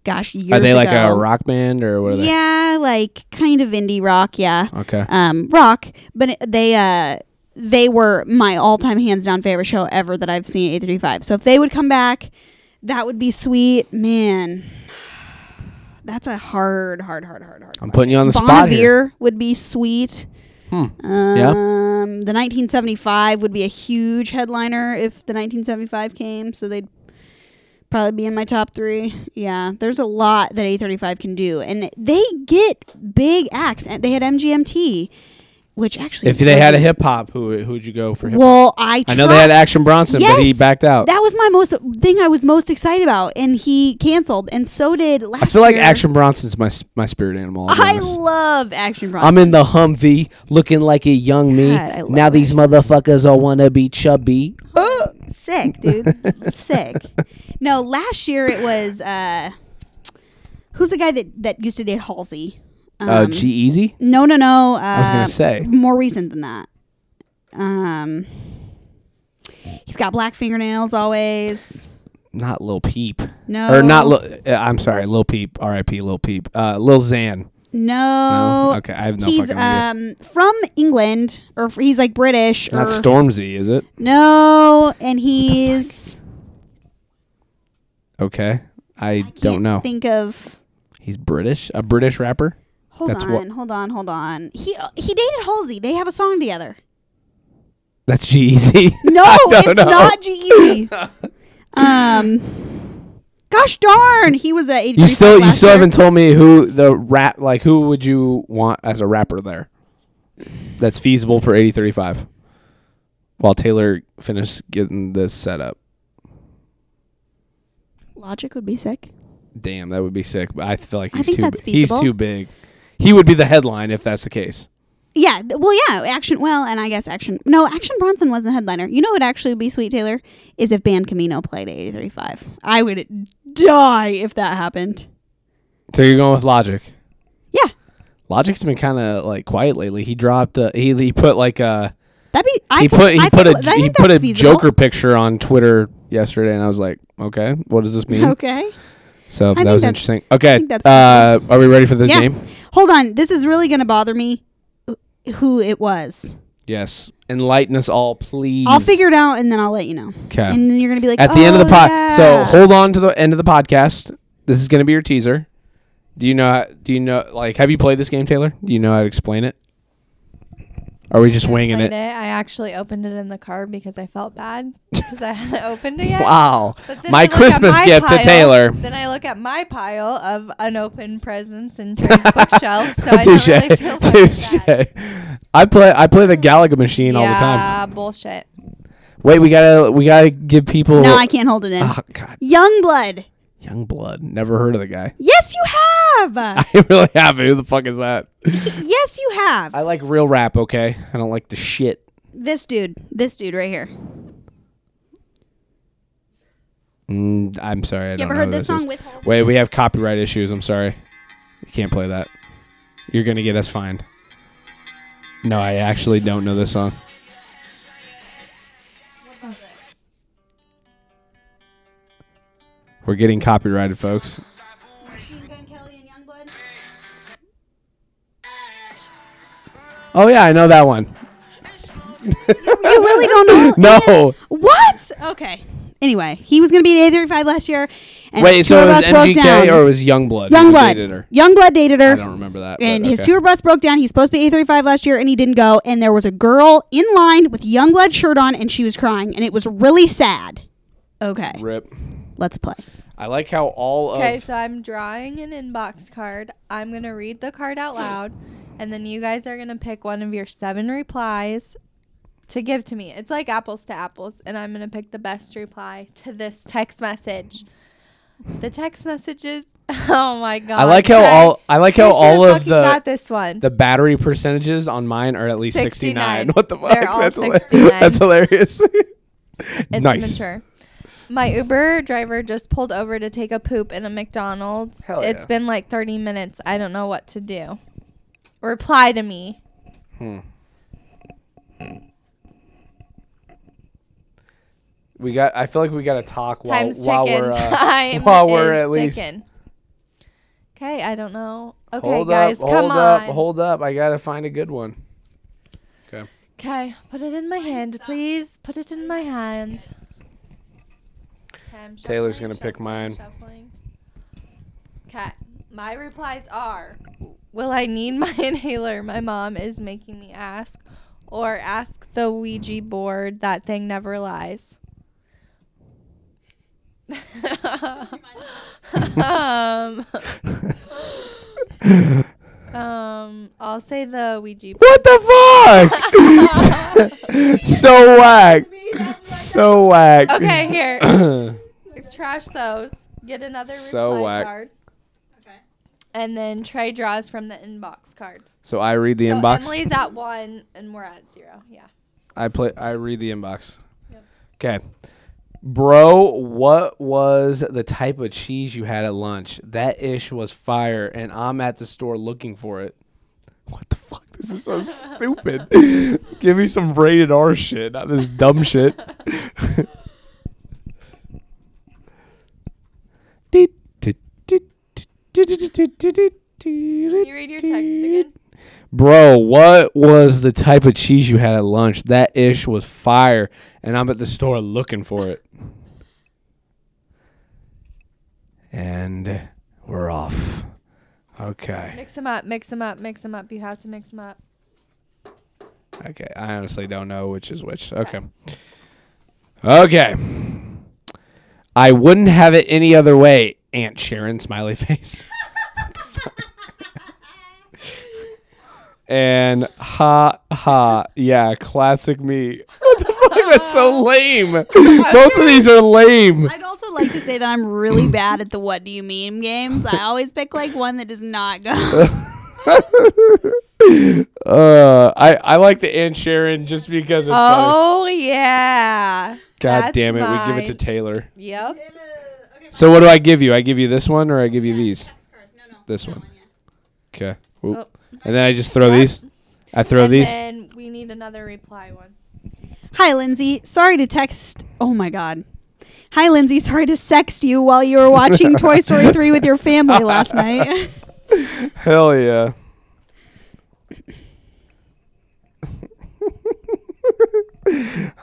G: gosh years
E: are they like
G: ago.
E: a rock band or what are Oh.
G: yeah like kind of indie rock yeah
E: they okay
G: um rock but it- they uh they were my all-time hands down favorite show ever that i've seen at 835 so if they would come back that would be sweet man *sighs* that's a hard hard hard hard hard
E: i'm putting you on the
G: Bonavere
E: spot here Hmm.
G: would be sweet. Um,
E: Yeah.
G: The 1975 would be a huge headliner if the 1975 came, so they'd probably be in my top three. Yeah, there's a lot that A35 can do, and they get big acts. And They had MGMT, which actually,
E: if they had a
G: wasn't-
E: hip-hop who who'd you go for hip-hop
G: well, I
E: i know they had
G: tried-
E: action bronson but he
G: Yes!
E: backed out
G: That was my most thing I was most excited about, and he canceled, and so did last
E: i feel like
G: year.
E: action bronson's my s- my spirit animal I'll be
G: I
E: honest.
G: love Action Bronson.
E: I'm in the Humvee looking like a young me.
G: God, I love
E: now these motherfuckers all wanna be chubby.
G: sick dude sick no last year it was uh who's the guy that that used to date halsey um,
E: uh, G Easy?
G: no no no uh, i
E: was gonna say.
G: more recent than that um he's got black fingernails always
E: Not Lil Peep.
G: No.
E: Or not Lil, uh, I'm sorry, Lil Peep. R.I.P. Lil Peep. Uh, Lil Xan.
G: no,
E: No? Okay, I have no
G: he's
E: fucking idea.
G: um from england or f- he's like british
E: Not
G: or
E: Stormzy, is it?
G: no and he's
E: Okay. I,
G: can't
E: don't know.
G: think of
E: He's British? A British rapper?
G: Hold
E: That's
G: on,
E: what-
G: hold on, hold on. He he dated Halsey. They have a song together.
E: That's G *laughs* Easy.
G: No,
E: I don't
G: it's
E: know. *laughs*
G: not G. E um, gosh darn, he was at
E: You still you still haven't told me who the rap like who would you want as a rapper there? That's feasible for eighty thirty five. While Taylor finished getting this set up.
G: Logic would be sick.
E: Damn, that would be sick. But I feel like
G: I
E: he's
G: think
E: too
G: that's
E: big. he's
G: feasible.
E: too big. He would be the headline if that's the case.
G: Yeah, th- well, yeah, action. Well, and I guess action. No, action. Bronson was a headliner. You know what actually would be sweet, Taylor, is if Band Camino played at eighty thirty five. I would die if that happened.
E: So you're going with Logic.
G: Yeah,
E: Logic's been kind of like quiet lately. He dropped a, he he put like a
G: that'd be. I
E: he
G: could-
E: put he
G: I
E: put
G: think-
E: a
G: I
E: he
G: think
E: put
G: that's
E: a
G: feasible. *laughs*
E: Joker picture on Twitter yesterday, and I was like, okay, what does this mean?
G: *laughs* Okay.
E: So
G: think
E: that was
G: that's-
E: interesting. Okay,
G: think that's
E: uh, are we ready for this
G: Yeah.
E: game?
G: Hold on. This is really going to bother me wh- who it was.
E: Yes. Enlighten us all, please.
G: I'll figure it out and then I'll let you know.
E: 'Kay.
G: And then you're going to be like,
E: At the end of the
G: "Oh,
E: pod, so
G: yeah."
E: hold on to the end of the podcast. This is going to be your teaser. Do you know? Do you know? Like, have you played this game, Taylor? Do you know how to explain it? Are we just winging
F: Played
E: it?
F: it. I actually opened it in the car because I felt bad because I
E: *laughs*
F: hadn't opened it yet.
E: Wow,
F: But then I
E: my
F: look at
E: Christmas
F: my
E: gift to
F: pile-
E: Taylor.
F: Then I look at my pile of unopened presents and *laughs* Trey's bookshelf, so *laughs* I don't
E: Touche,
F: really feel bad. about that.
E: *laughs* touche. I play. I play the Galaga machine all the time.
F: Yeah, bullshit.
E: Wait, we gotta. We gotta give people.
G: No, I can't hold it in.
E: Oh God,
G: Young blood.
E: young blood. Never heard of the guy.
G: Yes, you
E: *laughs*
G: have.
E: I really haven't. Who the fuck is that?
G: yes, you have.
E: I like real rap. Okay, I don't like the shit.
G: this dude. This dude right here.
E: Mm, I'm sorry. I
G: You
E: don't
G: ever
E: know
G: heard
E: who
G: this
E: is.
G: song with Halsey?
E: Wait, we have copyright issues. I'm sorry. You can't play that. You're gonna get us fined. No, I actually don't know this song. We're getting copyrighted, folks. Oh yeah, I know that one.
G: You Oh, really don't know?
E: No.
G: What? Okay. Anyway, he was going to be at A35 last year, And
E: Wait,
G: his
E: so
G: tour
E: it was
G: bus broke down.
E: MGK or it was Youngblood? who
G: Youngblood.
E: dated her?
G: Youngblood dated her.
E: I don't remember that. but
G: And his
E: okay.
G: tour bus broke down. He's supposed to be A35 last year, and he didn't go. And there was a girl in line with Youngblood shirt on, and she was crying, and it was really sad. Okay,
E: Rip.
G: let's play.
E: I like how all of.
F: Okay, so I'm drawing an inbox card. I'm going to read the card out loud, and then you guys are going to pick one of your seven replies to give to me. It's like apples to apples, and I'm going to pick the best reply to this text message. The text messages. *laughs* Oh my god.
E: I like how
F: *laughs* Trey,
E: all. I like
F: you
E: how all
F: should've
E: of
F: fucking
E: the
F: got this one.
E: the battery percentages on mine are at least 69.
F: 69.
E: What the fuck?
F: They're all
E: that's, hila-
F: 69.
E: that's hilarious.
F: It's
E: *laughs* nice.
F: mature. My Uber driver just pulled over to take a poop in a McDonald's.
E: Hell yeah.
F: It's been like 30 minutes. I don't know what to do. Reply to me.
E: We got I feel like we got to talk while
F: Time's
E: while
F: ticking.
E: we're uh,
F: *laughs*
E: *laughs*
F: Time
E: while we're
F: is
E: at least
F: ticking. Okay, I don't know. Okay,
E: Hold
F: guys,
E: up,
F: come
E: hold
F: on.
E: up, hold up. I got to find a good one.
F: okay, put it in my hand, please. Put it in my hand. 'Kay, I'm
E: Taylor's
F: shuffling,
E: gonna pick
F: shuffling,
E: mine.
F: shuffling. Okay. My replies are Will I need my *laughs* inhaler? My mom is making me ask. Or ask the Ouija board. That thing never lies. *laughs* um, *laughs* um, I'll say the Ouija board.
E: What
F: *laughs*
E: the fuck? *laughs* so whack. So whack.
F: Okay, here.
E: *coughs*
F: Trash those. Get another
E: So
F: reply
E: whack.
F: card. And then Trey draws from the inbox card.
E: *clears throat* so I read the
F: So
E: inbox.
F: Emily's at one and we're at zero. Yeah.
E: I play. I read the inbox.
F: Yep.
E: Okay, bro. What was the type of cheese you had at lunch? That ish was fire, and I'm at the store looking for it. What the fuck? This is so stupid. Give me some rated R shit, not this dumb shit.
F: Can you read your text again?
E: Bro, what was the type of cheese you had at lunch? That ish was fire, and I'm at the store looking for it. And we're off. Okay.
F: Mix them up, mix them up, mix them up. You have to mix them up.
E: Okay. I honestly don't know which is which. Okay. Okay. I wouldn't have it any other way, Aunt Sharon, smiley *laughs* face. and ha ha, yeah, classic me. What the fuck? That's so lame. Both of these are lame.
G: I'd also like to say that I'm
E: *coughs*
G: really bad at the "What do you mean?" games. I always pick like one that does not go.
E: *laughs*
G: *laughs*
E: Uh, I I like the Aunt Sharon just because it's funny.
F: Oh, yeah.
E: God
F: that's
E: damn it, we give it to
F: mine.
E: Taylor.
F: Yep.
E: So what do I give you? I give you this one or I give you these? This one. Okay. Oop.
F: Oh.
E: And then I just throw these. I throw
F: and
E: these.
F: then we need another reply one.
G: Hi, Lindsay. Sorry to text. Oh my God. Hi, Lindsay. Sorry to sext you while you
E: *laughs*
G: were watching Toy Story 3 with your family last night.
E: Hell yeah. *laughs*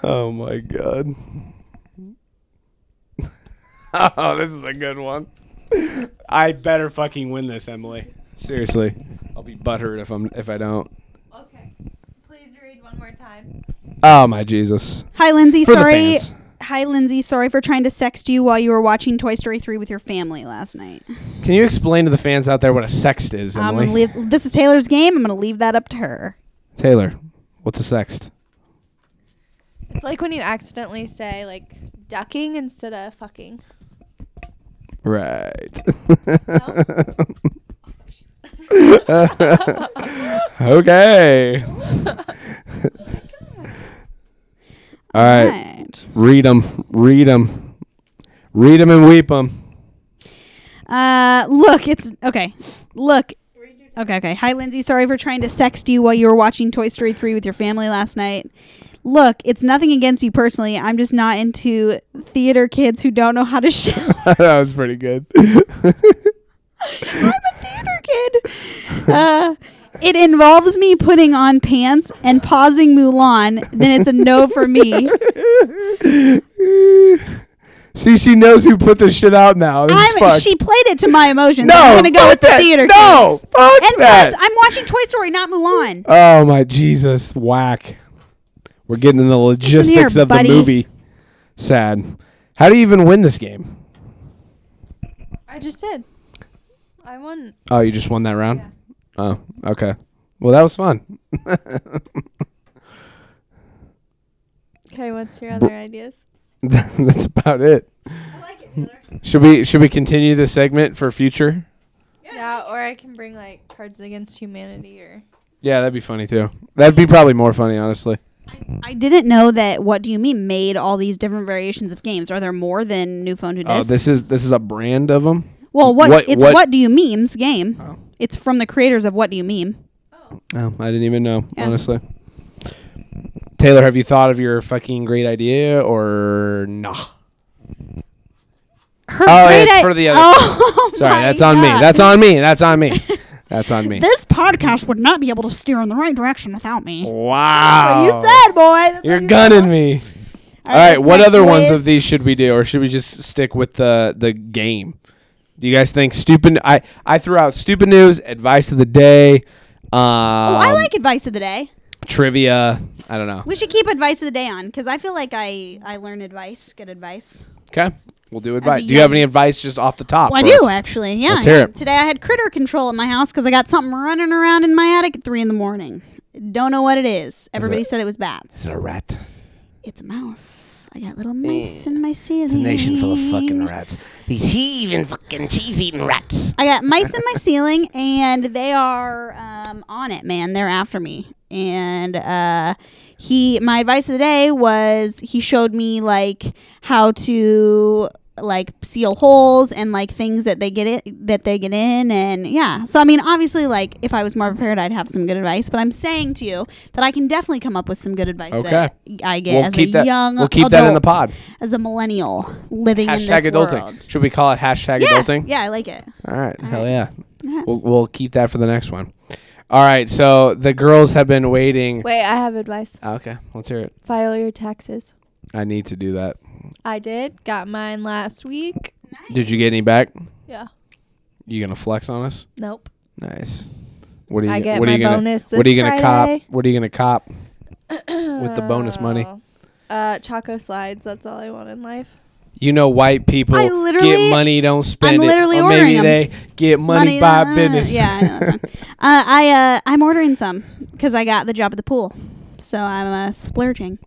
E: oh my god. *laughs* oh, this is a good one. I better fucking win this, Emily. Seriously. I'll be butthurt if I'm if I don't.
F: Okay. Please read one more time.
E: Oh my Jesus.
G: Hi, Lindsay.
E: For the
G: sorry.
E: fans.
G: Hi, Lindsay. Sorry for trying to sext you while you were watching Toy Story 3 with your family last night.
E: Can you explain to the fans out there what a sext is,
G: I'm
E: Emily?
G: gonna leave, this is Taylor's game. I'm going to leave that up to her.
E: Taylor, what's a sext?
F: It's like when you accidentally say, like, ducking instead of fucking.
G: *laughs*
E: Right. okay.
G: Oh
E: All right.
G: Right.
E: Read them. Read them. Read them and weep them.
G: Uh, look, it's okay. Look. Okay, okay. Hi, Lindsay. Sorry for trying to sext you while you were watching Toy Story 3 with your family last night. Look, it's nothing against you personally. I'm just not into theater kids who don't know how to *laughs* show.
E: *laughs* that was pretty good.
G: I'm a theater kid. Uh, it involves me putting on pants
E: *laughs*
G: and pausing Mulan. Then it's a no for me.
E: See, she knows who put this shit out now. This is
G: I'm,
E: fucked.
G: she played it to my emotions.
E: No,
G: I'm gonna go
E: fuck
G: with the
E: that.
G: theater.
E: No,
G: kids.
E: fuck
G: and
E: that.
G: plus, I'm watching Toy Story, not Mulan.
E: Oh my Jesus! Whack. We're getting in the
G: here,
E: logistics of
G: buddy.
E: the movie. Sad. How do you even win this game?
F: I just did. I won.
E: Oh, you just won that round. Oh, okay. Well, that was fun. *laughs*
F: Okay, what's your other ideas?
E: That's about it. Should we should we continue this segment for future?
F: Yeah, or I can bring like Cards Against Humanity or.
E: Yeah, that'd be funny too. That'd be probably more funny, honestly.
G: I didn't know that. What do you mean? Made all these different variations of games? Are there more than New Phone to
E: Oh,
G: Disc?
E: this is this is a brand of them.
G: well, what,
E: what-
G: it's
E: what-
G: what, do you meme's game? It's from the creators of What Do You Meme.
E: Oh, I didn't even know,
G: Yeah.
E: honestly. Taylor, have you thought of your fucking great idea or
G: *laughs*
E: nah?
G: Her
E: Oh,
G: great
E: it's
G: i-
E: for the other-
G: Oh,
E: *laughs* Sorry,
G: my
E: that's on me.
G: God.
E: That's on me. That's on me. That's on me.
G: *laughs* this podcast would not be able to steer in the right direction without me.
E: Wow.
G: You said, boy. That's
E: You're
G: what you
E: gunning
G: said.
E: me.
G: All
E: All right,
G: what's
E: what
G: next,
E: other ones
G: boys?
E: of these should we do or should we just stick with the the game? Do you guys think stupid I I threw out stupid news, advice of the day, um,
G: Oh, I like advice of the day.
E: trivia, I don't know.
G: We should keep advice of the day on because I feel like I I learn advice, good advice.
E: Okay. We'll do advice.
G: a
E: Do you have
G: young-
E: any advice just off the top?
G: Well, I
E: for us?
G: do actually. Yeah.
E: Let's hear it.
G: Today I had critter control at my house because I got something running around in my attic at three in the morning. Don't know what it is. Everybody said it was bats.
E: It's a rat.
G: It's a mouse. I got little mice in my ceiling. It's a
A: nation full of fucking rats. These heaving fucking cheese eating rats.
G: I got mice in my ceiling, and they are um, on it, man. They're after me. And uh, he, my advice of the day was he showed me like how to like seal holes and like things that they get it that they get in and yeah so i mean obviously like if i was more prepared i'd have some good advice but i'm saying to you that i can definitely come up with some good advice that i get
E: We'll
G: as
E: keep
G: a
E: that-
G: young
E: we'll keep that in the
G: adult,
E: pod.
G: as a millennial living in
E: Hashtag
G: this
E: adulting.
G: world
E: Should we call it hashtag
G: yeah,
E: adulting?
G: yeah i like it
E: All right. Hell yeah. We'll, we'll keep that for the next one. All right. So the girls have been waiting. Ah,
F: Wait, I have advice.
E: Okay. Let's hear it.
F: File your taxes.
E: I need to do that.
F: I did. Got mine last week.
E: Did you get any back?
F: Yeah.
E: You gonna flex on us?
F: Nope.
E: Nice. What are you?
F: I get
E: what are
F: my
E: you gonna,
F: bonus
E: What are you
F: this
E: gonna
F: Friday.
E: cop? What are you gonna cop? with the bonus money.
F: Uh, Choco slides. That's all I want in life.
E: You know, white people
G: I
E: get
G: literally-
E: money, don't spend
G: literally
E: it. Or maybe
G: ordering 'em.
E: they get money, by
G: uh,
E: business.
G: Yeah, I know that song. uh, I uh, I'm ordering some because I got the job at the pool, so I'm uh, splurging.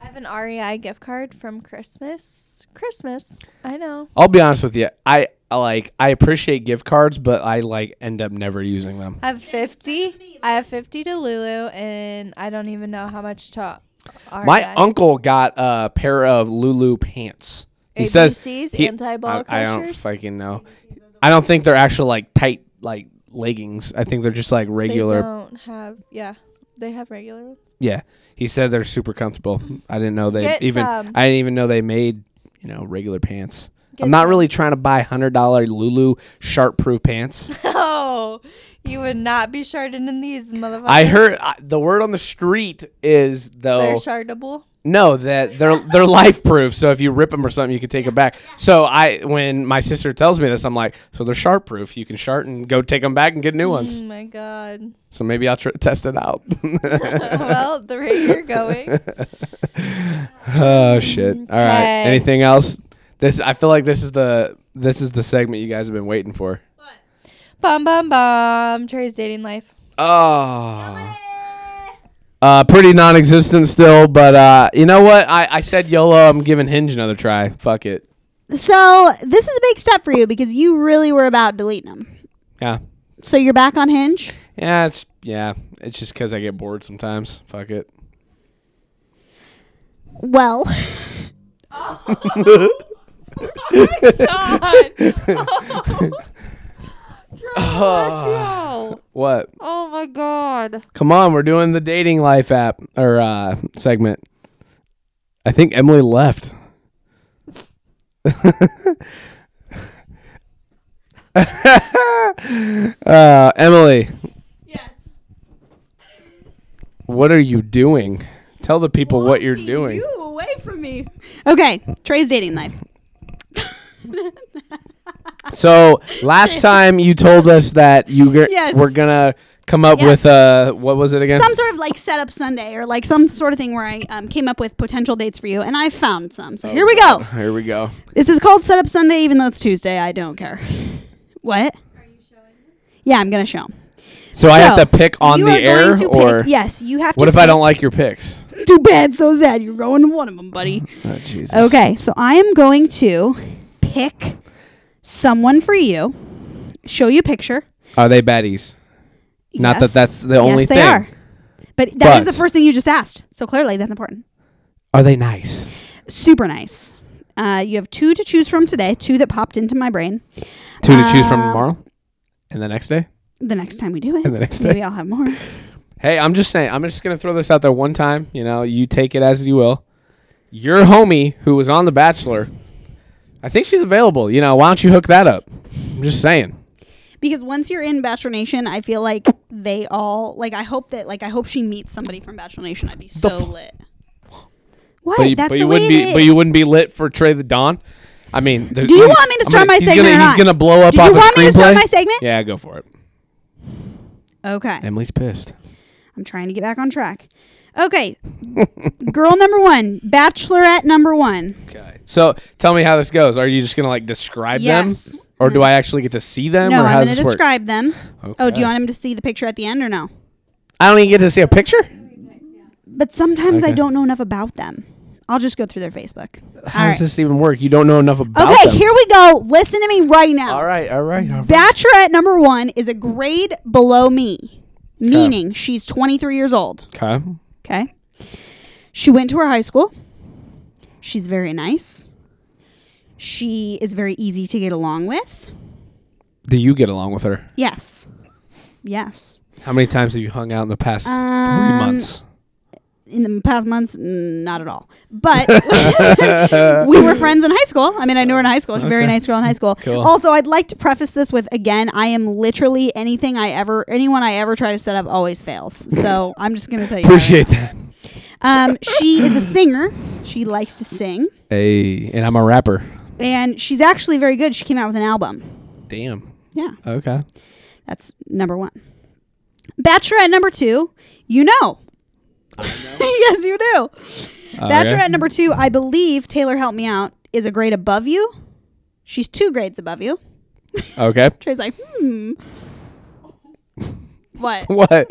F: I have an REI gift card from Christmas. Christmas. I know.
E: *laughs* I'll be honest with you. I I like. I appreciate gift cards, but I like end up never using them.
F: I have 50. I have 50 to Lulu, and I don't even know how much to E REI.
E: My uncle got a pair of Lulu pants. He
F: ABCs,
E: says he,
F: anti-ball
E: I, I don't
F: crushers?
E: fucking know. I don't think they're actual like tight like leggings. I think they're just like
F: They
E: regular.
F: don't have. Yeah. They have regular ones. *laughs*
E: Yeah. He said they're super comfortable. I didn't know they
F: Get
E: even.
F: some.
E: I didn't even know they made you know regular pants.
F: Get
E: I'm not
F: some.
E: really trying to buy hundred dollar Lulu sharp proof pants.
F: *laughs* Oh, you would not be sharded in these, motherfuckers.
E: I heard oh. I, the word on the street is though
F: They're shardable.
E: No, that they're they're life proof. So if you rip them or something, you can take them back. So I, when my sister tells me this, I'm like, so they're sharp proof. You can shart and go take them back and get new ones.
F: Oh my
E: *laughs*
F: god.
E: So maybe I'll tr- test it out. *laughs*
F: well, the rate you're going.
E: oh shit! All right.
F: Okay.
E: Anything else? This I feel like this is the this is the segment you guys have been waiting for.
F: Bum bum bum. Trey's dating
E: *laughs*
F: life.
E: Oh. Uh, pretty non-existent still, but uh, you know what? I, I said YOLO. I'm giving Hinge another try. Fuck it.
G: So this is a big step for you because you really were about deleting them.
E: Yeah.
G: So you're back on Hinge.
E: Yeah, it's yeah. It's just because I get bored sometimes. Fuck it.
G: Well, *laughs*
F: *laughs*
E: *laughs* Ah.
F: Oh,
E: What?
F: oh my god.
E: Come on, we're doing the dating life app or uh, segment. I think Emily left. *laughs* uh, Emily. Yes. What are you doing? Tell the people what you're doing.
G: away from me. Okay, Trey's dating life.
E: So
G: *laughs*
E: last time you told us that you g-
G: Yes.
E: were gonna come up
G: Yeah.
E: with uh what was it again?
G: Some sort of like setup Sunday or like some sort of thing where I um, came up with potential dates for you, and I found some.
E: Oh,
G: So here we go.
E: Here we go.
G: This is called Setup Sunday, even though it's Tuesday. I don't care. What? Are you showing? Yeah, I'm gonna show 'em.
E: So, I have
G: So,
E: to pick on
G: you
E: the
G: are going
E: air,
G: to pick-
E: or
G: yes, you have to.
E: what if I
G: pick-
E: don't like your picks?
G: Too bad, so sad. You're going to one of
E: *laughs*
G: them, buddy.
E: Oh, Jesus.
G: Okay, so I am going to pick someone for you. Show you a picture.
E: Are they baddies? Not that
G: Yes.
E: that's the only
G: yes, They
E: thing.
G: are. But that is
E: But-
G: the first thing you just asked. So clearly that's important.
E: Are they nice?
G: Super nice. Uh, you have two to choose from today, two that popped into my brain.
E: Two to choose from
G: Um,
E: tomorrow, and the next day.
G: The next time we do it,
E: And *laughs* the next
G: maybe
E: day.
G: I'll have more.
E: Hey, I'm just saying. I'm just gonna throw this out there one time. You know, you take it as you will. Your homie who was on The Bachelor, I think she's available. You know, why don't you hook that up? I'm just saying.
G: Because once you're in Bachelor Nation, I feel like they all like. I hope that like I hope she meets somebody from Bachelor Nation. I'd be so lit. What?
E: But you,
G: That's
E: but
G: the
E: you
G: way
E: wouldn't
G: it
E: be. But
G: is.
E: you wouldn't be lit for Trey the Don. I mean,
G: Do you want me to start my
E: he's
G: segment
E: Gonna,
G: or
E: he's
G: not?
E: gonna blow up
G: Did
E: off
G: you
E: a
G: want me to start
E: screenplay?
G: my segment?
E: Yeah, go for it.
G: Okay.
E: Emily's pissed.
G: I'm trying to get back on track. Okay. *laughs* Girl number one, bachelorette number one.
E: Okay. So tell me how this goes. Are you just gonna like describe
G: Yes.
E: them, or do I actually get to see them,
G: No,
E: or how
G: I'm
E: does
G: going to
E: this work?
G: describe them. Oh, do
E: Okay.
G: you want him to see the picture at the end or no?
E: I don't even get to see a picture.
G: But sometimes I
E: Okay.
G: don't know enough about them. I'll just go through their Facebook.
E: How
G: All
E: does
G: right.
E: this even work? You don't know enough about
G: Okay,
E: them.
G: here we go. Listen to me right now.
E: All right, all right. All right.
G: Bachelorette number one is a grade below me, meaning she's 23 years old.
E: Okay.
G: Okay. She went to her high school. She's very nice. She is very easy to get along with.
E: Do you get along with her?
G: Yes. Yes.
E: How many times have you hung out in the past three
G: Um,
E: months?
G: In the past months, mm, not at all. But we were friends in high school. I mean, I knew her in high school. She's a very
E: Okay.
G: nice girl in high school.
E: Cool.
G: Also, I'd like to preface this with again, I am literally anything I ever, anyone I ever try to set up always fails. So I'm just going to tell you. that right
E: Appreciate that.
G: now. Um, she is a singer. She likes to sing.
E: Hey, and I'm a rapper.
G: And she's actually very good. She came out with an album.
E: Damn.
G: Yeah.
E: Okay.
G: That's number one. Bachelorette number two, you know. *laughs* yes, you do.
E: Oh,
G: Bachelorette number two, I believe Taylor helped me out, is a grade above you. She's two grades above you.
E: Okay.
G: Trey's like, hmm. What?
E: *laughs* *laughs* What?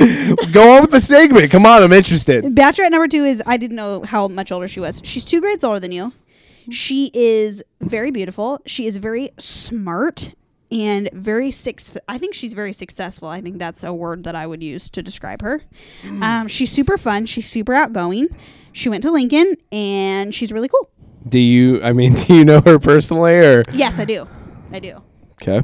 E: Go on with the segment. Come on, I'm interested.
G: Bachelorette number two is I didn't know how much older she was. She's two grades older than you. She is very beautiful. She is very smart and very six. I think she's very successful. I think that's a word that I would use to describe her. Um, she's super fun. She's super outgoing. She went to Lincoln and she's really cool.
E: Do you? I mean, *laughs* do you know her personally, or
G: Yes, I do. I do.
E: okay?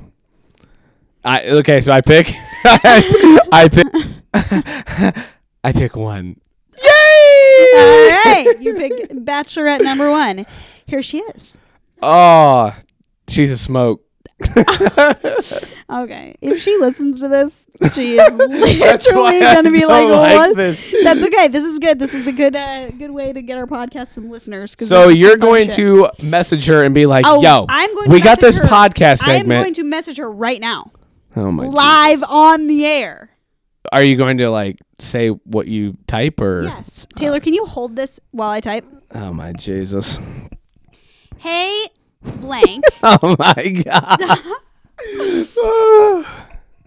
E: I okay. So I pick. *laughs* I pick. *laughs* I pick one.
G: All right. *laughs* You
E: *laughs*
G: pick Bachelorette number one. Here she is.
E: Oh, she's a
G: *laughs*
E: smoke.
G: Okay. If she listens to this,
E: *laughs*
G: she is literally
E: why I
G: going to be like,
E: don't like
G: what?
E: this.
G: That's okay. This is good. This is a good uh, good way to get our podcast some listeners. 'cause
E: So
G: this is
E: you're
G: some fun
E: going
G: shit.
E: to message her and be like,
G: Oh,
E: "Yo,
G: I'm going
E: we
G: to
E: got this
G: message her.
E: podcast
G: I'm
E: segment."
G: going to message her right now,
E: oh my! God.
G: live on the air.
E: Are you going to like say what you type or?
G: Yes,
E: Uh.
G: Taylor, can you hold this while I type?
E: Oh my Jesus!
G: Hey,
E: *laughs*
G: blank.
E: Oh my god.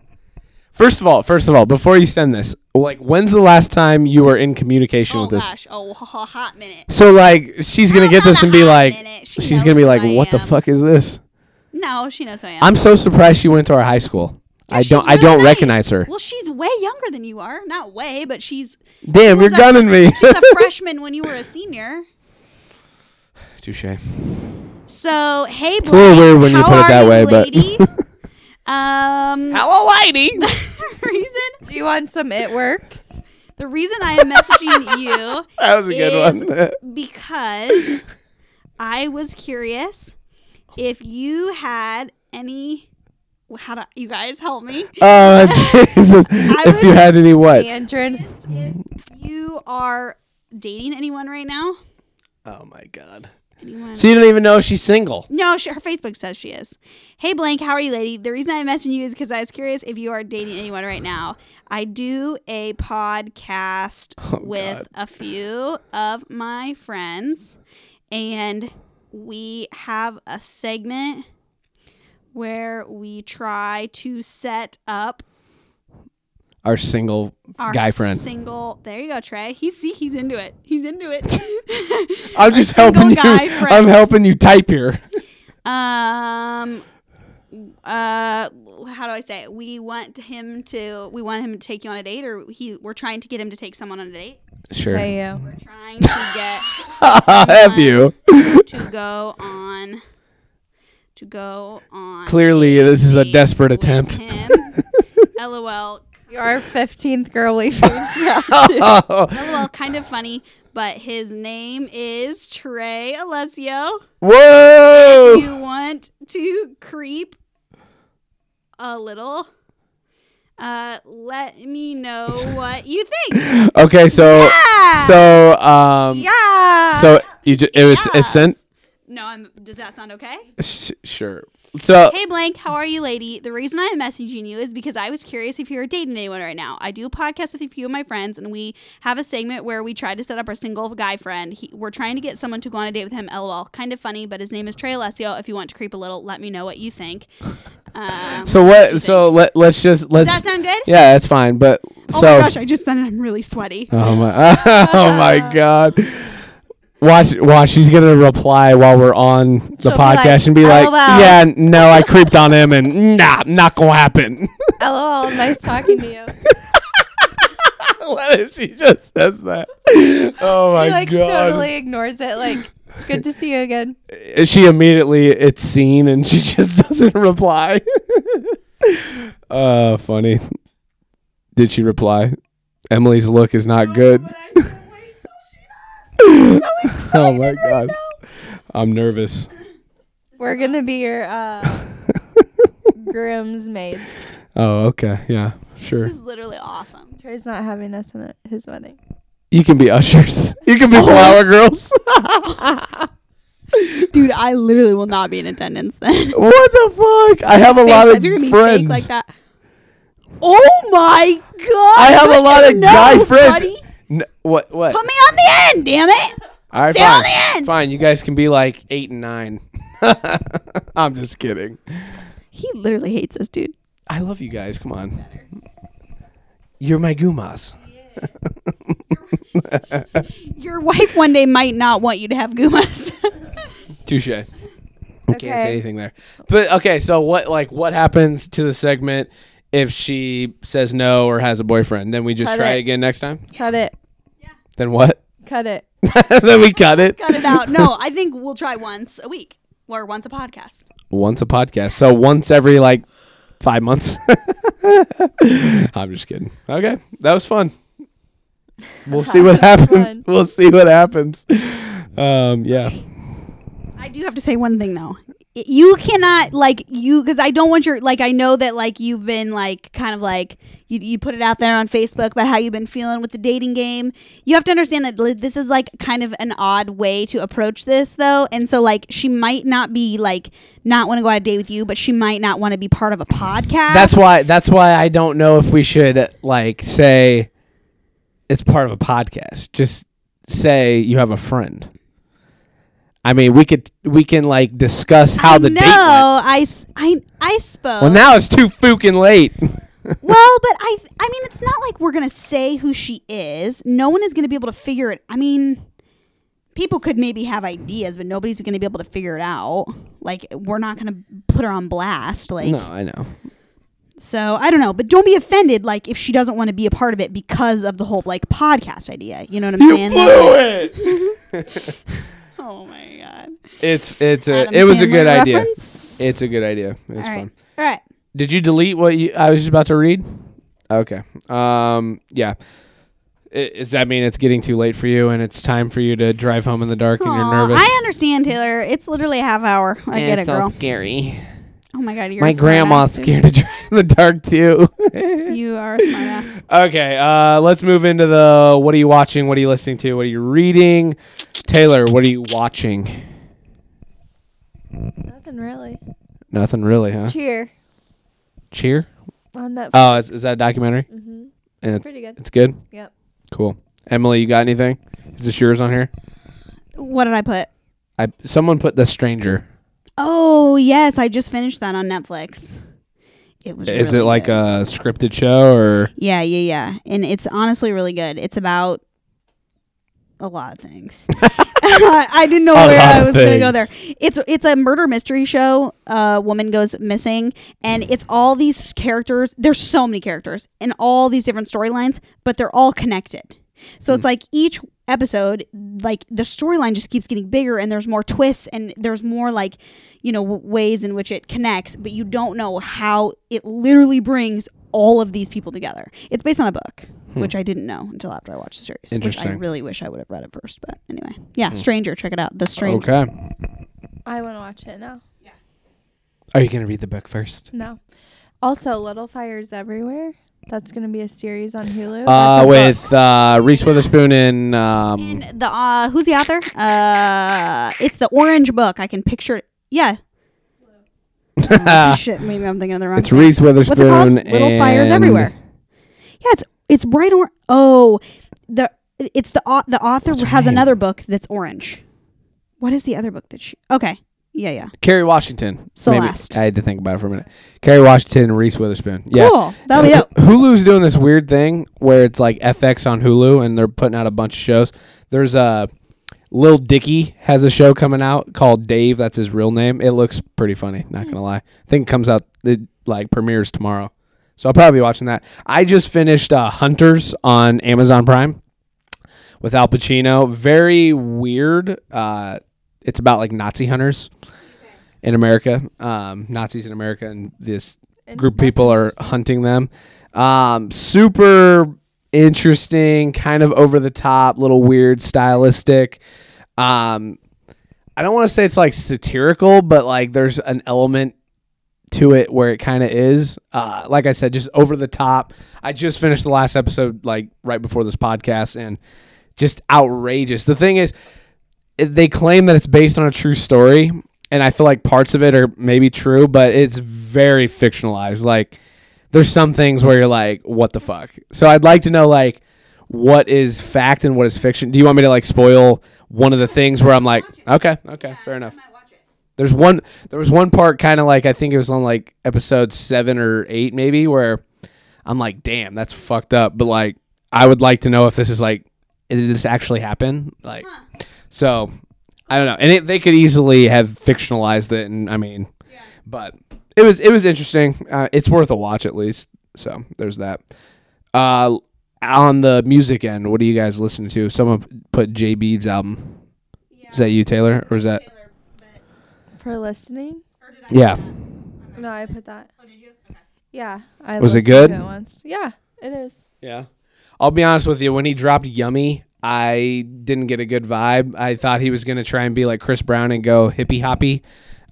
E: *sighs* first of all, first of all, before you send this, like when's the last time you were in communication
G: oh
E: with this?
G: gosh, oh ha- ha- hot minute.
E: So like she's gonna get this and be
G: *laughs* Hot
E: like
G: minute. She
E: she's gonna be
G: knows
E: like,
G: who I
E: What the
G: am.
E: fuck is this?
G: No, she knows who I am.
E: I'm so surprised she went to our high school. I
G: She's
E: don't I
G: really
E: don't
G: nice.
E: recognize her.
G: Well, she's way younger than you are. Not way, but she's
E: Damn, you're
G: was a-
E: gunning me.
G: *laughs*
E: *laughs*
G: she's a freshman when you were a senior.
E: Touche.
G: So hey, it's
E: a little weird when you put it that way, but- *laughs*
G: lady? um,
E: Hello lady.
G: *laughs* reason
F: Do you want some It Works?
G: the reason I am messaging you
E: That was a
G: is
E: good one.
G: because I was curious if you had any. How do you guys help me?
E: *laughs*
G: *laughs*
E: Oh *laughs* Jesus. if you
G: was-
E: had any what?
F: Andrins.
G: You are dating anyone right now?
E: Oh my god.
G: Anyone?
E: So you don't even know she's single.
G: No, she, her Facebook says she is. Hey, blank, how are you, lady? The reason I'm messaging you is because I was curious if you are dating anyone right now. I do a podcast
E: Oh,
G: with a few of my friends, and we have a segment where we try to set up
E: Our single
G: our
E: guy friend.
G: single. There you go, Trey. He's see, he's into it. He's into
E: *laughs*
G: it. *laughs*
E: I'm just
G: single
E: helping you.
G: guy
E: I'm
G: friend.
E: helping you type here.
G: Um. Uh, how do I say it? We want him to. We want him to take you on a date, or he. We're trying to get him to take someone on a date.
E: Sure. *laughs*
F: Hey, yeah.
E: Mm.
G: We're trying to get
E: Have you?
G: to go on. To go on.
E: Clearly, this is a
G: date
E: desperate
G: with
E: attempt. *laughs*
G: him. LOL.
F: You're our 15th girl we've
E: *laughs*
F: reached out.
G: LOL. Kind of funny, but his name is Trey Alessio.
E: Whoa!
G: you want to creep a little, uh, let me know what you think.
E: Okay, so so um
F: Yeah.
E: so you ju- it was it's sent.
G: No, I'm. Does that sound okay?
E: Sh- sure. So
G: Hey, blank. How are you, lady? The reason I'm messaging you is because I was curious if you were dating anyone right now. I do a podcast with a few of my friends, and we have a segment where we try to set up our single guy friend. He, we're trying to get someone to go on a date with him. LOL. Kind of funny, but his name is Trey Alessio. If you want to creep a little, let me know what you think. Um,
E: so what? So let let's just let's.
G: that sound good?
E: Yeah, that's fine. But
G: Oh
E: so
G: my gosh, I just said it. I'm really sweaty.
E: oh my *laughs* oh
F: *laughs*
E: my god. Watch, watch. She's gonna reply while we're on the
F: She'll be
E: podcast
F: like,
E: and be like,
F: "LOL."
E: "Yeah, no, I creeped on him, and nah, not gonna happen." *laughs*
F: LOL. Nice talking to you.
E: what if she just says that? *laughs* Oh my
F: She like
E: god!
F: totally ignores it. Like, good to see you
E: *laughs*
F: again.
E: She immediately it's seen, and she *laughs* just doesn't reply. *laughs* uh, funny. Did she reply? Emily?'s look is not good. *laughs* oh my god! I'm nervous.
F: We're gonna be
E: *laughs*
F: your uh, groomsmaid.
E: Oh, okay. Yeah, sure.
G: This is literally awesome.
F: Trey's not having us in it- his wedding.
E: You can be
G: *laughs*
E: ushers. You can be flower girls. *laughs*
G: Dude, I literally will not be in attendance *laughs* then.
E: what the fuck? I have a lot of
G: if you're gonna be
E: friends.
G: fake like that. Oh my god.
E: I have a lot of
G: No,
E: guy friends.
G: buddy.
E: N- what? What?
G: Put me on the end, damn it.
E: All right,
G: Stay
E: fine.
G: on the end.
E: Fine, you guys can be like eight and nine. *laughs* I'm just kidding.
G: He literally hates us, dude.
E: I love you guys. Come on. You're my gumas.
G: Your wife one day might not want you to have gumas.
E: Touche. I Can't
F: Okay.
E: say anything there. But okay, so what like what happens to the segment if she says no or has a boyfriend? Then we just
F: Cut
E: try
F: it.
E: again next time?
F: Cut it.
E: Then what? *laughs*
F: Cut it.
E: then we cut it.
G: Cut it out. No, I think we'll try once a week or once a podcast.
E: Once a podcast. So once every like five months. *laughs* I'm just kidding. Okay. That was fun. We'll see what happens. *laughs*
F: fun.
E: We'll see what happens. Um, yeah.
G: I do have to say one thing though. I- You cannot like you because I don't want your like I know that like you've been like kind of like you, you put it out there on Facebook about how you've been feeling with the dating game. You have to understand that li- this is like kind of an odd way to approach this though, and so like she might not be like not want to go out a date with you, but she might not want to be part of a podcast.
E: That's why that's why I don't know if we should like say it's part of a podcast. Just say you have a friend. I mean, we could we can like discuss how
G: I
E: the
G: know,
E: date went.
G: I s- I I spoke.
E: Well, now it's too fucking late. *laughs*
G: Well, but I I mean it's not like we're going to say who she is. No one is going to be able to figure it. I mean, people could maybe have ideas, but nobody's going to be able to figure it out. Like we're not going to put her on blast like
E: no, I know.
G: so I don't know, but don't be offended like if she doesn't want to be a part of it because of the whole like podcast idea. You know what I'm saying? Like-
E: it.
G: oh my god.
E: It's it's a
G: Adam
E: it was a
G: Sandler
E: good idea.
G: reference?
E: It's a good idea. It's
G: All right.
E: fun.
G: All right.
E: Did you delete what you I was just about to read? Okay. Um yeah. I- Does that mean it's getting too late for you and it's time for you to drive home in the dark and you're
G: Aw,
E: nervous?
G: I understand, Taylor. It's literally a half hour. I get it, girl.
A: scary.
G: oh my god, you're a
E: My
G: smartass,
E: grandma's
G: dude.
E: scared to *laughs* drive in the dark too. *laughs*
G: You are a smartass.
E: okay, uh, let's move into the what are you watching? What are you listening to? What are you reading? Taylor, what are you watching?
F: Nothing really.
E: Nothing really, huh?
F: Cheer
E: Cheer.
F: on Netflix.
E: Oh, is, is that a documentary?
F: mm-hmm.
E: And
F: It's
E: it's,
F: pretty good.
E: it's good.
F: Yep.
E: Cool. Emily, you got anything? Is this yours on here?
G: What did I put?
E: I someone put The Stranger.
G: Oh yes, I just finished that on Netflix. It was.
E: Is
G: really
E: it like
G: good.
E: a scripted show or
G: Yeah, yeah, yeah. And it's honestly really good. It's about a lot of
E: *laughs*
G: things. *laughs* I didn't know
E: A
G: where
E: lot
G: I
E: of
G: was going to go there.
E: things.
G: It's it's a murder mystery show. A woman goes missing, and it's all these characters. There's so many characters and all these different storylines, but they're all connected. So
E: Mm.
G: it's like each episode, like the storyline just keeps getting bigger, and there's more twists, and there's more like, you know, w- ways in which it connects, but you don't know how it literally brings all of these people together. It's based on a book, which I didn't know until after I watched the series, which
E: Hmm.
G: I
E: Interesting. Hmm.
G: really wish I would have read it first. But anyway, yeah, Stranger, check it out. The Stranger.
E: Okay.
F: I want to watch it now.
E: Are you gonna read the book first?
F: No. Also, Little Fires Everywhere. That's gonna be a series on Hulu.
E: Uh,
F: That's a
E: with uh, Reese Witherspoon and um, *laughs*
G: And the uh, who's the author? Uh, it's the Orange Book. I can picture it. Yeah. Oh, shit, maybe I'm thinking of the wrong.
E: Ah. it's
G: thing.
E: Reese
G: What's it called?
E: Witherspoon.
G: Little fires
E: and-
G: everywhere. Yeah, it's it's bright orange. Oh, the it's the au- the author
E: What's her
G: has
E: name?
G: another book that's orange. What is the other book that she? Okay, yeah, yeah.
E: Carrie Washington.
G: Celeste.
E: Maybe. I had to think about it for a minute. Carrie Washington and Reese Witherspoon. Yeah.
G: Cool. That'll be
E: Uh,
G: dope.
E: Hulu's doing this weird thing where it's like FX on Hulu and they're putting out a bunch of shows. There's a Lil Dicky has a show coming out called Dave. That's his real name. It looks pretty funny. Not gonna lie. I think it comes out it like premieres tomorrow. So I'll probably be watching that. I just finished uh, Hunters on Amazon Prime with Al Pacino. Very weird. Uh, it's about like Nazi hunters in America, um, Nazis in America, and this
F: And
E: group of people are hunting them. Um, super interesting, kind of over the top, little weird, stylistic. Um, I don't want to say it's like satirical, but like there's an element to it where it kind of is. Uh, like I said, just over the top. I just finished the last episode like right before this podcast, and just outrageous. The thing is, it- they claim that it's based on a true story, and I feel like parts of it are maybe true, but it's very fictionalized. Like, there's some things where you're like, what the fuck? So I'd like to know, like, what is fact and what is fiction? Do you want me to, like, spoil one of the things where I'm like, okay, okay, fair enough. There's one, there was one part kind of like, I think it was on, like, episode seven or eight, maybe, where I'm like, damn, that's fucked up. But, like, I would like to know if this is, like, did this actually happen? Like, so I don't know, and it, they could easily have fictionalized it, and I mean, but it was it was interesting. Uh, it's worth a watch at least. So there's that. Uh, on the music end, what are you guys listening to? Someone put J Beeb's album. Is that you, Taylor, or is that
F: book For listening.
E: yeah?
F: No, I put that. Oh, did you? Yeah. I
E: Was it
F: listened
E: good?
F: to once. Yeah, it is.
E: Yeah. I'll be honest with you. When he dropped Yummy, I didn't get a good vibe. I thought he was going to try and be like Chris Brown and go hippy hoppy.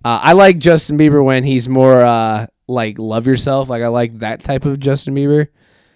E: Uh, I like Justin Bieber when he's more uh, like love yourself. Like I like that type of Justin Bieber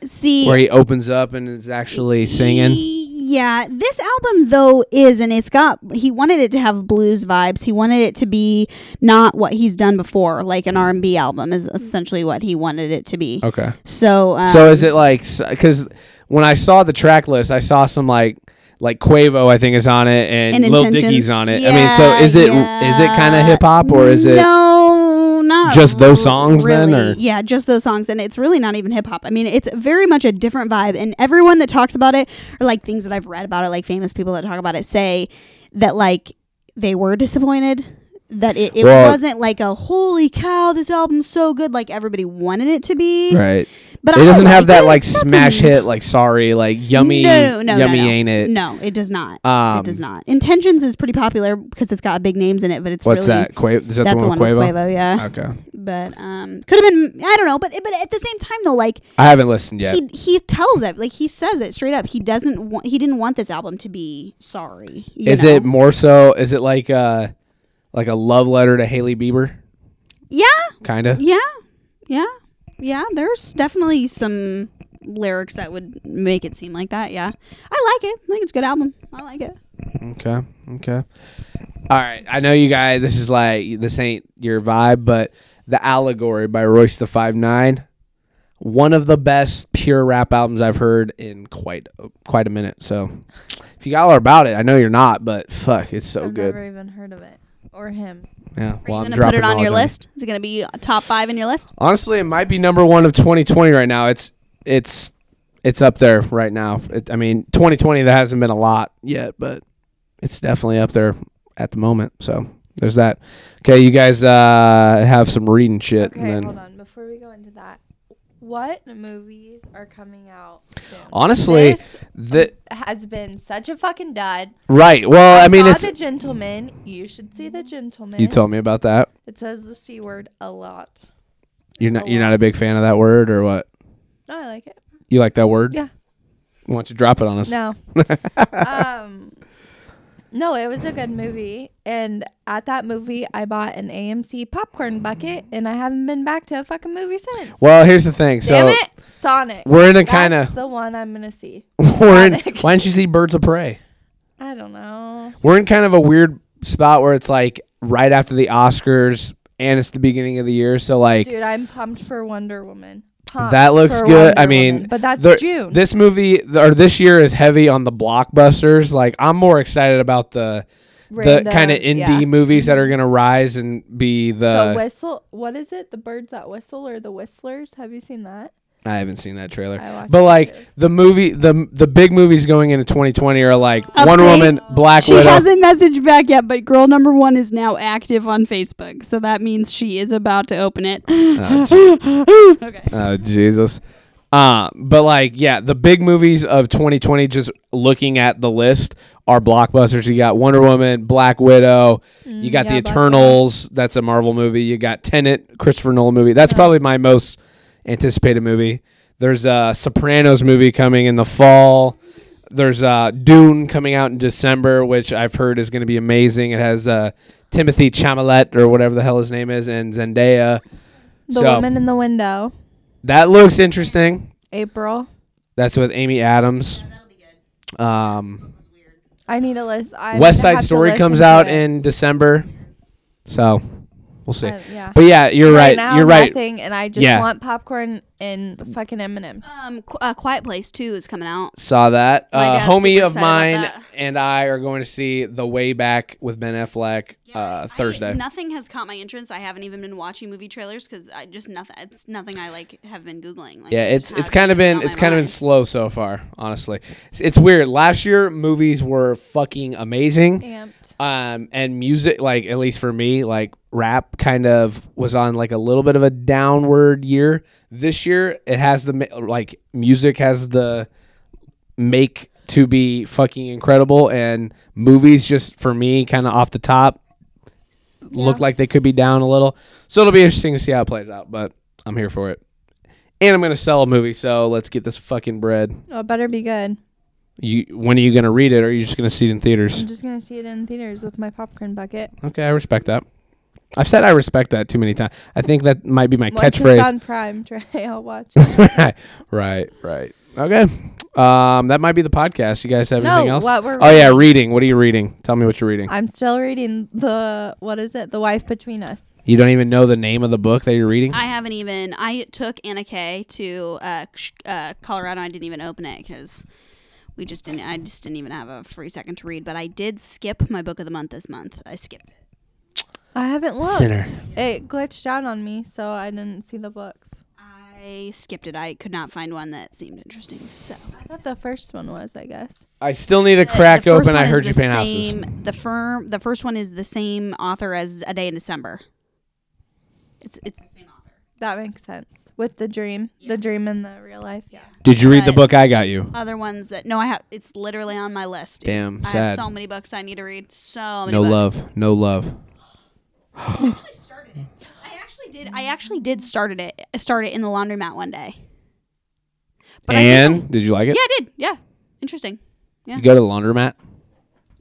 G: See,
E: where he opens up and is actually singing.
G: Yeah, this album though is, and it's got. He wanted it to have blues vibes. He wanted it to be not what he's done before, like an R and B album is essentially what he wanted it to be.
E: Okay.
G: So, um,
E: So is it like because when I saw the track list, I saw some like like Quavo, I think is on it, and,
G: And
E: Lil
G: Intentions.
E: Dicky's on it. I mean, so is it is
G: Yeah,
E: it kind of hip hop or is it?
G: no, not
E: just those
G: r-
E: songs then,
G: really.
E: or-
G: yeah, just those songs, and it's really not even hip hop. I mean, it's very much a different vibe, and everyone that talks about it or like things that I've read about it, like famous people that talk about it, say that like they were disappointed that it, it
E: Well-
G: wasn't like a holy cow, this album's so good, like everybody wanted it to be,
E: Right.
G: But
E: it
G: I
E: doesn't have
G: like
E: that
G: it.
E: like
G: That's a-
E: smash hit like sorry like yummy
G: No, no, no,
E: yummy
G: no, no.
E: ain't it
G: No, it does not.
E: Um,
G: it does not. Intentions is pretty popular because it's got big names in it, but it's
E: what's
G: really
E: that Quavo is that
G: that's
E: the one with
G: with
E: Quavo?
G: Quavo. Yeah.
E: okay
G: but um could have been i don't know but but at the same time though like
E: I haven't listened yet
G: he he tells it like he says it straight up he doesn't want he didn't want this album to be sorry you
E: is
G: know?
E: it more so is it like uh like a love letter to Haley Bieber
G: yeah
E: kind of
G: yeah yeah yeah there's definitely some lyrics that would make it seem like that yeah i like it i think it's a good album i like it
E: okay okay All right, I know you guys. This is like this ain't your vibe, but the allegory by Royce the Five Nine, one of the best pure rap albums I've heard in quite quite a minute. So, if you all are about it, I know you're not, but fuck, it's so
F: I've
E: good.
F: never even heard of it or him.
E: yeah, well,
G: Are
E: I'm
G: you gonna put
E: dropping
G: it on your
E: knowledge
G: list? Is it gonna be top five in your list?
E: Honestly, it might be number one of 2020 right now. It's it's it's up there right now. It, I mean, 2020 there hasn't been a lot yet, but it's definitely up there at the moment. So there's that. Okay, you guys uh, have some reading shit,
F: Okay,
E: and then
F: hold on. Before we go into that, what movies are coming out soon?
E: honestly,
F: This
E: the
F: has been such a fucking dud.
E: right. Well, I mean,
F: saw
E: it's
F: the gentleman. You should see the gentleman.
E: you told me about that.
F: it says the c word a lot.
E: You're not
F: A
E: you're not a big fan of that word, or what?
F: No, Oh, I like it.
E: You like that word?
F: Yeah.
E: Why don't you drop it on us? *laughs*
F: No. um, no, it was a good movie, and at that movie, I bought an AMC popcorn bucket, and I haven't been back to a fucking movie since.
E: Well, here's the thing. So
F: Damn it, Sonic.
E: we're in a
F: That's
E: kind of
F: the one I'm gonna see.
E: *laughs* we're in.
F: Sonic.
E: Why don't you see Birds of Prey?
F: I don't know.
E: we're in kind of a weird spot where it's like right after the Oscars and it's the beginning of the year, so like
F: Dude, I'm pumped for Wonder Woman. Pumped
E: that looks
F: for
E: good. I
F: Wonder
E: mean,
F: Woman. but that's
E: the-
F: June.
E: This movie th- or this year is heavy on the blockbusters. Like I'm more excited about the the
F: Random,
E: kind of indie
F: yeah. Mm-hmm.
E: movies that are gonna rise and be
F: the
E: the.
F: whistle. What is it? The birds that whistle or the whistlers? Have you seen that?
E: I haven't seen that trailer,
F: I watched
E: but
F: it
E: like
F: too.
E: the movie, the the big movies going into 2020 are like Wonder
G: Update.
E: Woman, Black
G: She
E: Widow.
G: hasn't messaged back yet, but girl number one is now active on Facebook, so that means she is about to open it. okay.
E: Oh Jesus. Uh, but like, yeah, the big movies of 2020. Just looking at the list are blockbusters. You got Wonder Woman, Black Widow. you got The
F: Mm, yeah, Black
E: Eternals. That's a Marvel movie. You got Tenet, Christopher Nolan movie. That's probably my most anticipated movie. There's a Sopranos movie coming in the fall. There's uh, Dune coming out in December, which I've heard is going to be amazing. It has uh, Timothy Chalamet or whatever the hell his name is, and Zendaya.
F: The
E: So-
F: woman in the window.
E: That looks interesting.
F: April.
E: That's with Amy Adams. Um,
F: I need a list. I
E: West
F: have
E: Side
F: to
E: Story
F: listen
E: comes
F: to
E: out
F: it.
E: in December, so we'll see.
F: Uh, yeah.
E: But yeah, you're right.
F: now,
E: you're right.
F: Nothing, and I just
E: Yeah.
F: want popcorn and the fucking M and M's.
G: Um, Qu- uh, Quiet Place Two is coming out.
E: Saw that.
G: My
E: Uh,
G: dad's super
E: homie of
G: excited about
E: mine
G: that.
E: and I are going to see The Way Back with Ben Affleck uh, Thursday.
G: I- nothing has caught my interest. I haven't even been watching movie trailers because I just nothing. It's nothing I like have been googling. Like,
E: yeah,
G: it
E: it's
G: just
E: it's
G: hasn't
E: kind of been
G: been on
E: it's
G: my
E: kind of been
G: mind.
E: slow so far. Honestly, it's, it's weird. Last year movies were fucking amazing.
F: Amped.
E: um and music like at least for me like rap kind of was on like a little bit of a downward year this year it has the ma- like music has the make to be fucking incredible and movies just for me kind of off the top look like they could be down a little so it'll be interesting to see how it plays out but i'm here for it and i'm gonna sell a movie so let's get this fucking bread
F: Oh, it better be good.
E: you when are you gonna read it or are you just gonna see it in theaters
F: I'm just gonna see it in theaters with my popcorn bucket.
E: Okay, I respect that. I've said I respect that too many times. I think that might be my
F: Once
E: catchphrase.
F: It's on Prime. *laughs* Trey, I'll watch
E: *laughs*
F: it.
E: right, right, right. Okay. Um, that might be the podcast. You guys have
F: No,
E: anything else?
F: what we're
E: oh yeah, reading. What are you reading? Tell me what you're reading.
F: I'm still reading the what is it? The wife between us.
E: you don't even know the name of the book that you're reading.
G: I haven't even. I took Anna Kay to uh, sh- uh, Colorado. I didn't even open it because we just didn't. I just didn't even have a free second to read. But I did skip my book of the month this month. I skipped it.
F: I haven't looked.
E: Sinner.
F: It glitched out on me, so I didn't see the books.
G: I skipped it. I could not find one that seemed interesting. So
F: I thought the first one was. I guess.
E: I still need to
G: The-
E: crack
G: the first
E: open. I
G: one is
E: heard you
G: the
E: paint houses.
G: same- The firm. The first one is the same author as A Day in December. It's it's the same author.
F: That makes sense with the dream, the dream in the real life. Yeah.
E: Did you read the
G: but-
E: book I got you?
G: Other ones that no, I have. It's literally on my list. dude.
E: Damn,
G: I have
E: sad.
G: so many books I need to read. So many.
E: No
G: books.
E: love. No love.
G: I actually did. I actually did started it. Start it in the laundromat one day. I think
E: and did you like
G: I-
E: it?
G: yeah, I did. Yeah, interesting. Yeah,
E: You go to the laundromat.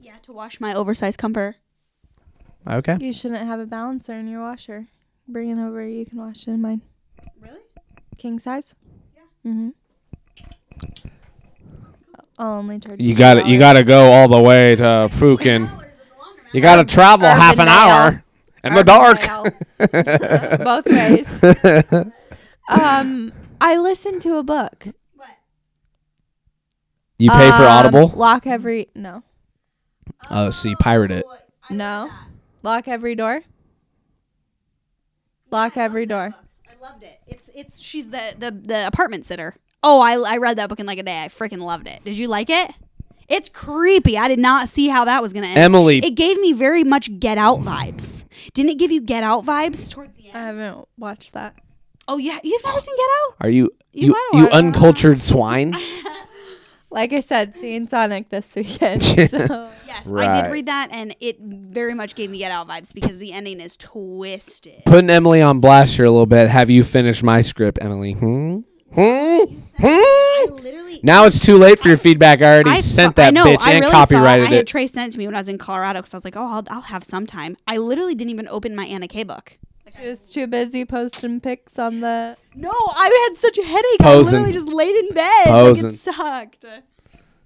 G: yeah. To wash my oversized comforter.
E: Okay.
F: You shouldn't have a balancer in your washer. Bring it over. You can wash it in mine.
G: Really?
F: King size. Yeah. Mhm. I'll only charge.
E: You got it. You got to go all the way to Fukin. You got to travel
F: Urban
E: half an
F: Dale.
E: hour in the dark.
F: both ways.
E: *laughs*
F: um, I listened to a book.
E: You pay for
F: Um,
E: Audible?
F: Lock every no,
E: Oh, so you pirate it.
F: no. Lock every door. Lock every door.
G: I loved it. It's it's she's the the, the apartment sitter. Oh, I, I read that book in like a day. I freaking loved it. Did you like it? It's creepy. I did not see how that was gonna end.
E: Emily-
G: it gave me very much Get Out vibes. Didn't it give you Get Out vibes towards the
F: I
G: end?
F: haven't watched that.
G: oh yeah, you've never seen Get Out?
E: Are you
F: You
E: you
F: gotta
E: you,
F: watch it.
E: uncultured
G: *laughs*
E: swine?
F: Like I said, seeing Sonic this
E: *laughs*
F: weekend. So.
G: Yes, I
E: Right.
G: did read that, and it very much gave me Get Out vibes because the ending is twisted.
E: Putting Emily on blast here a little bit. Have you finished my script, Emily? Hmm. Hmm.
G: I
E: Hmm.
G: literally
E: Now it's too late for your feedback. I already
G: I
E: sent
G: fu- I
E: that
G: know,
E: bitch
G: I
E: and
G: really
E: copyrighted
G: thought I had
E: it.
G: Trey sent it to me when I was in Colorado because I was like, oh, I'll, I'll have some time. I literally didn't even open my Anna Kay book.
F: She was too busy posting pics on the.
G: No, I had such a headache.
E: Posing.
G: I literally just laid in bed.
E: Posing.
G: Like, it sucked.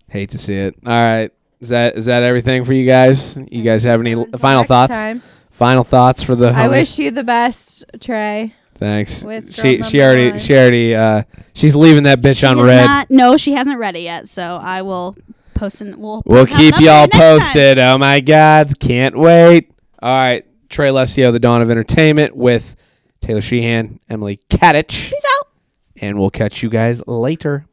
E: Hate to see it. All right. Is that is that everything for you guys? You guys have any l- final
F: Next
E: thoughts?
F: time.
E: Final thoughts for the
F: I
E: homies?
F: wish you the best, Trey.
E: Thanks.
F: with girl
E: She she
F: number
E: already
F: one.
E: she already uh she's leaving that bitch
G: She
E: on
G: has
E: red.
G: not- no, she hasn't read it yet, so I will post and we'll,
E: We'll
G: have
E: keep
G: an update
E: y'all
G: next time.
E: posted. Oh my God. Can't wait. All right. Trey Lessio, The Dawn of Entertainment with Taylor Sheehan, Emily Kadich.
G: Peace out.
E: And we'll catch you guys later.